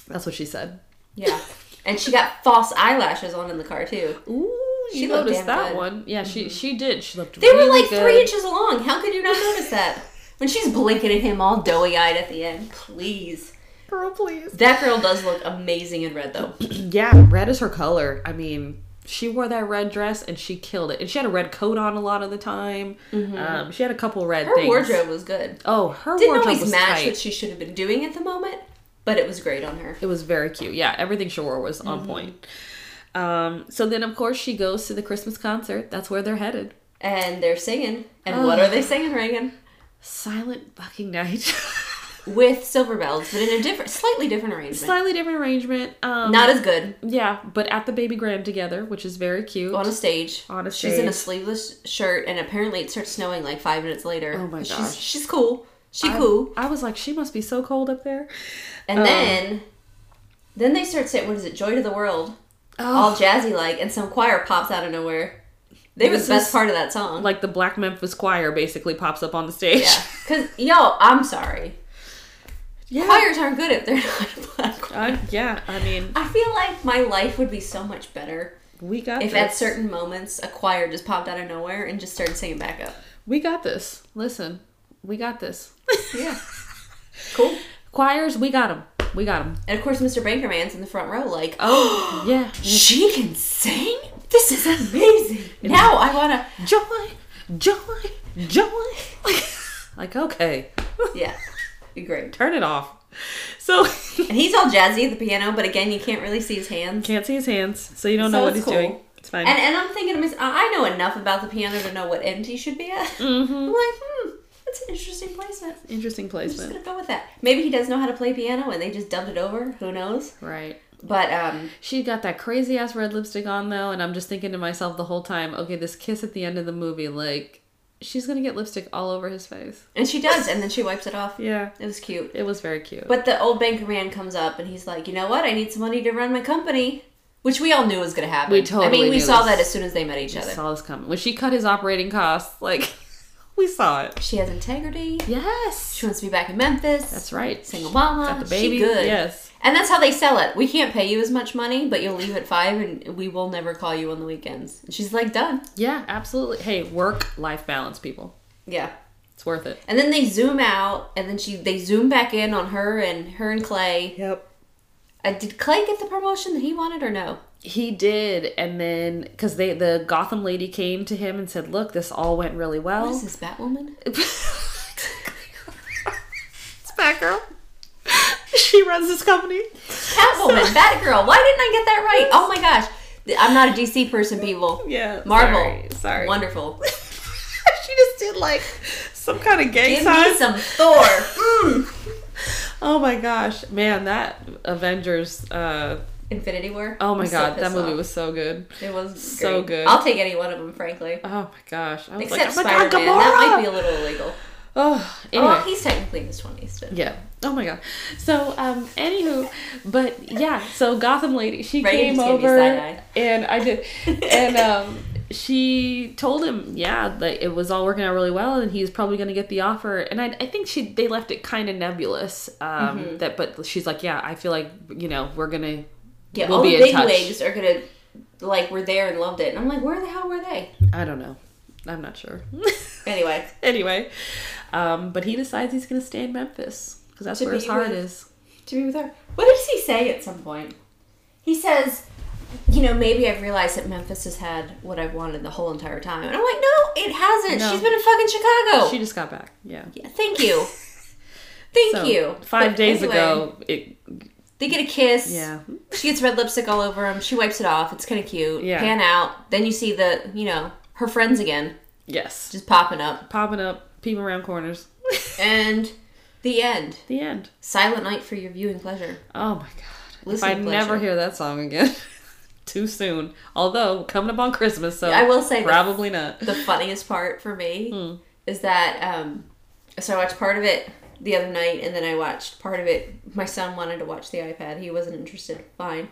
S1: That's what she said.
S2: Yeah, and she got false eyelashes on in the car too.
S1: Ooh,
S2: She
S1: you
S2: looked
S1: noticed
S2: damn
S1: that
S2: good.
S1: one. Yeah, she she did. She looked
S2: They were
S1: really
S2: like
S1: good.
S2: three inches long. How could you not notice that? When she's blinking at him all doughy eyed at the end, please.
S1: Girl, please.
S2: That girl does look amazing in red though.
S1: Yeah, red is her color. I mean, she wore that red dress and she killed it. And she had a red coat on a lot of the time. Um, she had a couple red
S2: Mm-hmm. Her
S1: things.
S2: wardrobe was good.
S1: Oh, her
S2: Didn't
S1: wardrobe
S2: always
S1: was
S2: match
S1: tight.
S2: what she should have been doing at the moment, but it was great on her.
S1: It was very cute. Yeah, everything she wore was
S2: Mm-hmm.
S1: on point. Um, so then, of course, she goes to the Christmas concert. That's where they're headed.
S2: And they're singing. And what are they singing, Reagan?
S1: Silent fucking night. (laughs)
S2: With silver bells, but in a different, slightly different arrangement.
S1: Slightly different arrangement. Um,
S2: Not as good
S1: yeah, but at the baby gram together, which is very cute.
S2: on a stage.
S1: On a
S2: She's in a
S1: stage.
S2: sleeveless shirt, and apparently it starts snowing like five minutes later.
S1: Oh my
S2: she's,
S1: gosh.
S2: She's cool. She cool.
S1: I was like, she must be so cold up there. Oh.
S2: And then, then they start saying, "What is it? Joy to the world."
S1: Oh.
S2: all jazzy like, and some choir pops out of nowhere. They were the
S1: This
S2: best
S1: is-
S2: part of that song.
S1: like the Black Memphis Choir basically pops up on the stage.
S2: yeah, because yo, I'm sorry,
S1: yeah.
S2: choirs aren't (laughs) good if they're not a black. choir.
S1: Uh, yeah, I mean,
S2: I feel like my life would be so much better
S1: We got
S2: If
S1: this.
S2: at certain moments a choir just popped out of nowhere and just started singing back up.
S1: we got this. Listen, we got this. (laughs)
S2: Yeah. cool.
S1: Choirs, we got them. We got them.
S2: And of course, Mr. Bankerman's in the front row, like,
S1: (gasps)
S2: (gasps)
S1: Oh, yeah.
S2: she can sing? This is amazing. Now I wanna.
S1: Joy, joy, joy. (laughs) Like, like okay,
S2: Yeah. Be great.
S1: turn it off. So (laughs)
S2: And he's all jazzy at the piano, but again, you can't really see his hands.
S1: can't see his hands, so you don't know
S2: So
S1: what he's
S2: it's cool.
S1: doing. It's fine.
S2: And, and I'm thinking to myself, I know enough about the piano to know what end he should be at. (laughs) I'm
S1: Mm-hmm.
S2: like, hmm, that's an interesting placement.
S1: Interesting
S2: I'm just
S1: placement,
S2: gonna go with that. Maybe he does know how to play piano and they just dubbed it over. Who knows?
S1: right?
S2: But um,
S1: She got that crazy ass red lipstick on though, and I'm just thinking to myself the whole time, okay, this kiss at the end of the movie, like she's gonna get lipstick all over his face.
S2: and she does, and then she wipes it off.
S1: Yeah,
S2: It was cute.
S1: it was very cute.
S2: But the old banker man comes up and he's like, you know what? I need some money to run my company, which we all knew was gonna happen.
S1: We totally
S2: I mean, we
S1: knew
S2: saw
S1: this.
S2: that as soon as they met each
S1: I
S2: other.
S1: saw this coming when she cut his operating costs. Like (laughs) we saw it.
S2: She has integrity.
S1: Yes,
S2: She wants to be back in Memphis.
S1: that's right.
S2: Single mama.
S1: Got the baby.
S2: She good.
S1: Yes.
S2: And that's how they sell it. We can't pay you as much money, but you'll leave at five, and we will never call you on the weekends. And she's like, done.
S1: Yeah, absolutely. Hey, work life balance, people.
S2: Yeah.
S1: It's worth it.
S2: And then they zoom out, and then she they zoom back in on her and her and Clay.
S1: Yep.
S2: Uh, did Clay get the promotion that he wanted or no?
S1: He did, and then because they the Gotham lady came to him and said, "Look, this all went really (laughs)
S2: What
S1: well."
S2: is this Batwoman?
S1: it's Batgirl. (laughs) she runs this company. (laughs)
S2: Catwoman, Batgirl. Why didn't I get that right? Oh my gosh, Th- I'm not a DC person, people.
S1: Yeah,
S2: Marvel.
S1: Sorry. sorry. (laughs)
S2: Wonderful.
S1: she just did like some kind of gang
S2: Give
S1: sign. (laughs)
S2: me some Thor. Mm.
S1: oh my gosh, man, that Avengers. uh
S2: Infinity War.
S1: Oh my
S2: I'm so
S1: god, that
S2: pissed
S1: movie
S2: off.
S1: was so good.
S2: It was great.
S1: so good.
S2: I'll take any one of them, frankly.
S1: Oh my gosh, I was
S2: Except
S1: like, oh my
S2: Spider Man.
S1: god, Gamora.
S2: That might be a little illegal.
S1: Oh, anyway.
S2: Well, he's technically in his twenties, but
S1: Yeah. Oh my god. So, um, anywho, but yeah, so Gotham Lady, she came
S2: Reagan just gave me
S1: over
S2: side-eye.
S1: and I did and
S2: (laughs)
S1: um she told him, yeah, that it was all working out really well and he's probably gonna get the offer. And I, I think she they left it kinda nebulous. Um
S2: Mm-hmm.
S1: that but she's like, Yeah, I feel like, you know, we're gonna
S2: yeah,
S1: We'll
S2: all
S1: be
S2: the
S1: in
S2: big
S1: touch.
S2: wigs are gonna like were there and loved it, and I'm like, where the hell were they?
S1: I don't know. I'm not
S2: (laughs)
S1: sure.
S2: Anyway,
S1: anyway. Um, but he decides he's gonna stay in Memphis. Because that's
S2: To
S1: where his
S2: be
S1: heart
S2: with-
S1: is.
S2: to be with her. What does he say at some point? He says, you know, maybe I've realized that Memphis has had what I've wanted the whole entire time, and I'm like, no, it hasn't.
S1: No.
S2: She's been in fucking Chicago.
S1: She just got back. Yeah.
S2: Yeah,
S1: (laughs)
S2: thank you. Thank
S1: So,
S2: you.
S1: Five
S2: But
S1: days
S2: anyway,
S1: ago, it
S2: they get a kiss.
S1: yeah,
S2: She gets red lipstick all over him. She wipes it off. It's kind of cute.
S1: Yeah.
S2: Pan out. Then you see the, you know, her friends again
S1: yes,
S2: just popping up.
S1: popping up, peeping around corners.
S2: (laughs) And the end.
S1: the end.
S2: Silent night for your viewing pleasure.
S1: Oh my god!
S2: Listen,
S1: if I never
S2: pleasure.
S1: hear that song again, (laughs) too soon. Although coming up on Christmas, so
S2: I will say that
S1: probably not.
S2: the funniest part for me
S1: Hmm.
S2: is that um so I watched part of it the other night and then I watched part of it my son wanted to watch the iPad. He wasn't interested. Fine.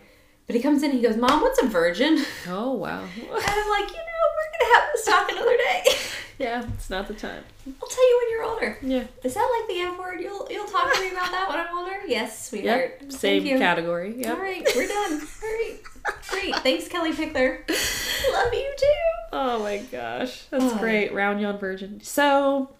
S2: But he comes in and he goes, "Mom, what's a virgin?" (laughs)
S1: Oh wow! (laughs)
S2: And I'm like, "You know, we're going to have this talk another day. (laughs)
S1: yeah, it's not the time.
S2: I'll tell you when you're older."
S1: Yeah,
S2: Is that like the F word? You'll you'll talk to me about that when I'm older? Yes, sweetheart.
S1: yep.
S2: Thank
S1: Same
S2: you.
S1: category. Yep.
S2: All right, we're done.
S1: (laughs)
S2: All right. Great. Thanks, Kelly Pickler. Love you too.
S1: Oh my gosh, that's
S2: Oh.
S1: great. Round yon virgin. So,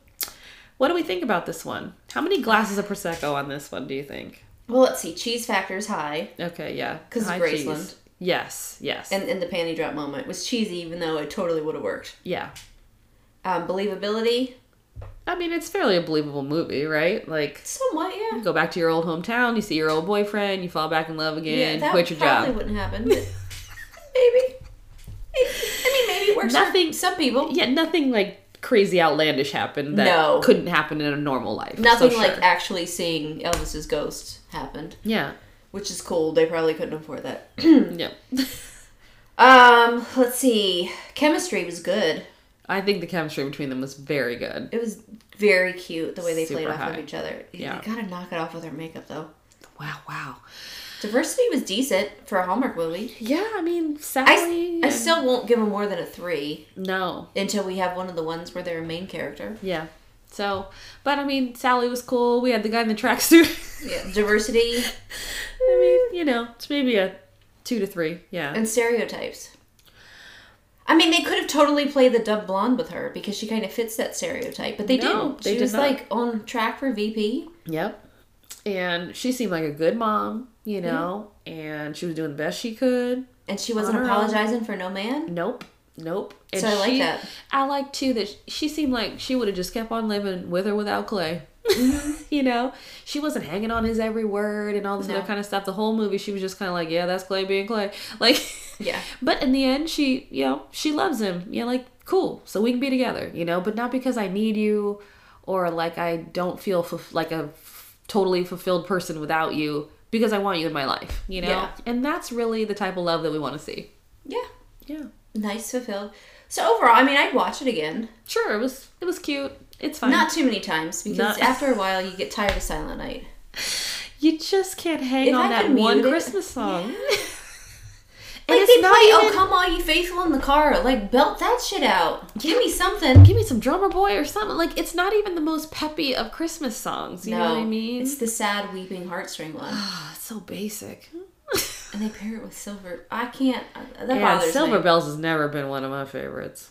S1: what do we think about this one? How many glasses of prosecco on this one? Do you think?
S2: Well, let's see. Cheese factor's high.
S1: Okay, yeah,
S2: 'Cause it's
S1: High
S2: Graceland.
S1: cheese. Yes, yes,
S2: And, and the panty drop moment was cheesy, even though it totally would have worked.
S1: yeah.
S2: Um, believability,
S1: I mean, it's fairly a believable movie, right? Like,
S2: somewhat, yeah.
S1: you go back to your old hometown, you see your old boyfriend, you fall back in love again,
S2: that
S1: quit your
S2: probably
S1: job.
S2: wouldn't happen. but (laughs) maybe. I mean, maybe it works
S1: Nothing-
S2: for some people.
S1: Yeah, nothing like crazy outlandish happened that
S2: No.
S1: couldn't happen in a normal life.
S2: Nothing
S1: so
S2: like
S1: sure.
S2: actually seeing Elvis's ghost happened,
S1: Yeah,
S2: which is cool. They probably couldn't afford that. (clears throat)
S1: yeah. (laughs)
S2: Um, let's see. Chemistry was good.
S1: I think the chemistry between them was very good.
S2: It was very cute the way they
S1: Super
S2: played off
S1: high.
S2: of each other.
S1: Yeah.
S2: You gotta knock it off with her makeup though.
S1: Wow, wow.
S2: Diversity was decent for a Hallmark movie.
S1: Yeah, I mean,
S2: I, s-
S1: Sally.
S2: I
S1: and-
S2: still won't give them more than a three
S1: no.
S2: until we have one of the ones where they're a main character.
S1: Yeah. So, but I mean, Sally was cool. We had the guy in the (laughs) tracksuit.
S2: Yeah. Diversity
S1: I mean, you know, it's maybe a two to three. Yeah.
S2: and stereotypes. I mean, they could have totally played the dub blonde with her because she kind of fits that stereotype, but they
S1: No,
S2: didn't.
S1: they
S2: she
S1: did
S2: was
S1: not.
S2: like on track for VP.
S1: Yep. And she seemed like a good mom, you know, and she was doing the best she could.
S2: And she wasn't
S1: On her own.
S2: apologizing for no man.
S1: Nope. Nope. And
S2: So I like that.
S1: I like too that she seemed like she would have just kept on living with or without Clay.
S2: Mm-hmm.
S1: (laughs) you know, she wasn't hanging on his every word and all this
S2: No.
S1: other kind of stuff. The whole movie, she was just kind of like, yeah, that's Clay being Clay. (laughs) Like,
S2: Yeah.
S1: But in the end, she, you know, she loves him. Yeah, like, cool. So we can be together, you know, but not because I need you or like I don't feel fulf- like a f- totally fulfilled person without you because I want you in my life, you know?
S2: Yeah.
S1: And that's really the type of love that we want to see.
S2: Yeah.
S1: Yeah.
S2: Nice fulfilled. So overall, I mean, I'd watch it again.
S1: Sure, it was it was cute. It's fine.
S2: Not too many times because
S1: Not- (laughs)
S2: after a while you get tired of Silent Night.
S1: you just can't hang
S2: If
S1: on
S2: I
S1: that
S2: could mute
S1: one
S2: it- (laughs)
S1: Christmas song.
S2: Like
S1: And
S2: they
S1: it's
S2: play
S1: not
S2: "Oh
S1: even-
S2: Come All Ye Faithful" in the car. Like belt that shit out. Give me something.
S1: Give me some drummer boy or something. Like it's not even the most peppy of Christmas songs. You know what I mean?
S2: It's the sad, weeping heartstring
S1: (sighs)
S2: one,
S1: Ah, it's so basic. (laughs)
S2: and they pair it with silver. I can't. uh, That
S1: Yeah,
S2: bothers
S1: Silver
S2: me.
S1: Bells has never been one of my favorites.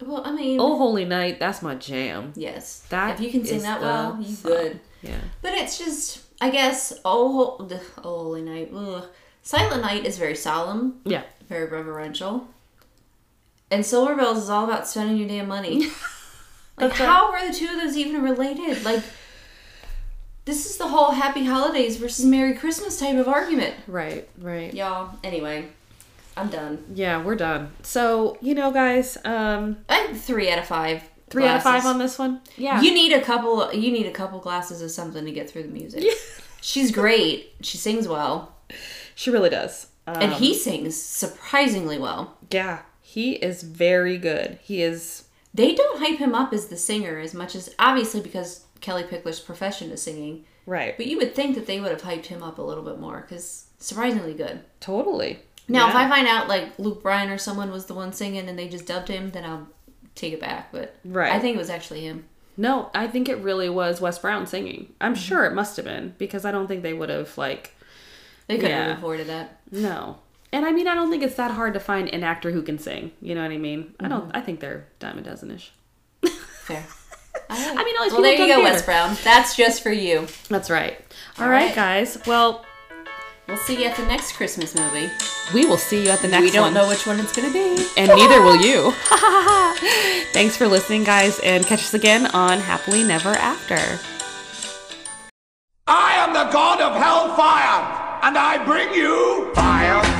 S2: Well, I mean,
S1: Oh Holy Night, that's my jam.
S2: yes.
S1: That
S2: if you can sing
S1: is
S2: that
S1: the
S2: well, you
S1: song.
S2: good.
S1: Yeah.
S2: But it's just, I guess, oh, Hol- ugh, oh holy night. Ugh. Silent night is very solemn,
S1: Yeah.
S2: very reverential, and Silver Bells is all about spending your
S1: (laughs)
S2: damn money. like,
S1: That's right.
S2: how are the two of those even related? Like. This is the whole happy holidays versus Merry Christmas type of argument.
S1: Right, right.
S2: Y'all, anyway, I'm done.
S1: Yeah, we're done. So, you know, guys, um
S2: I'm three out of five.
S1: three out of five
S2: glasses.
S1: on this one. Yeah.
S2: You need a couple. You need a couple glasses of something to get through the music.
S1: (laughs)
S2: She's great. She sings well,
S1: she really does. Um,
S2: and he sings surprisingly well.
S1: Yeah, he is very good. He is.
S2: They don't hype him up as the singer as much as obviously because Kelly Pickler's profession is singing.
S1: Right.
S2: But you would think that they would have hyped him up a little bit more because surprisingly good.
S1: Totally.
S2: Now, if
S1: Yeah.
S2: I find out like Luke Bryan or someone was the one singing and they just dubbed him, then I'll take it back. But
S1: Right.
S2: I think it was actually him.
S1: No, I think it really was Wes Brown singing. I'm sure it must have been because I don't think they would have, like,
S2: They could have
S1: Yeah.
S2: avoided that.
S1: no. And I mean, I don't think it's that hard to find an actor who can sing. You know what I mean? I
S2: Mm-hmm.
S1: don't, I think they're dime a dozen ish. (laughs)
S2: Fair.
S1: I mean, all these
S2: well,
S1: people
S2: there you
S1: done
S2: go,
S1: theater.
S2: Wes Brown. That's just for you.
S1: That's right.
S2: All
S1: all right.
S2: right.
S1: guys. Well,
S2: We'll see you at the next Christmas movie.
S1: we will see you at the next
S2: we don't
S1: one.
S2: know which one it's going to be.
S1: (laughs) And neither will you. (laughs) Thanks for listening, guys, and catch us again on Happily Never After.
S3: I am the god of hellfire, and I bring you fire.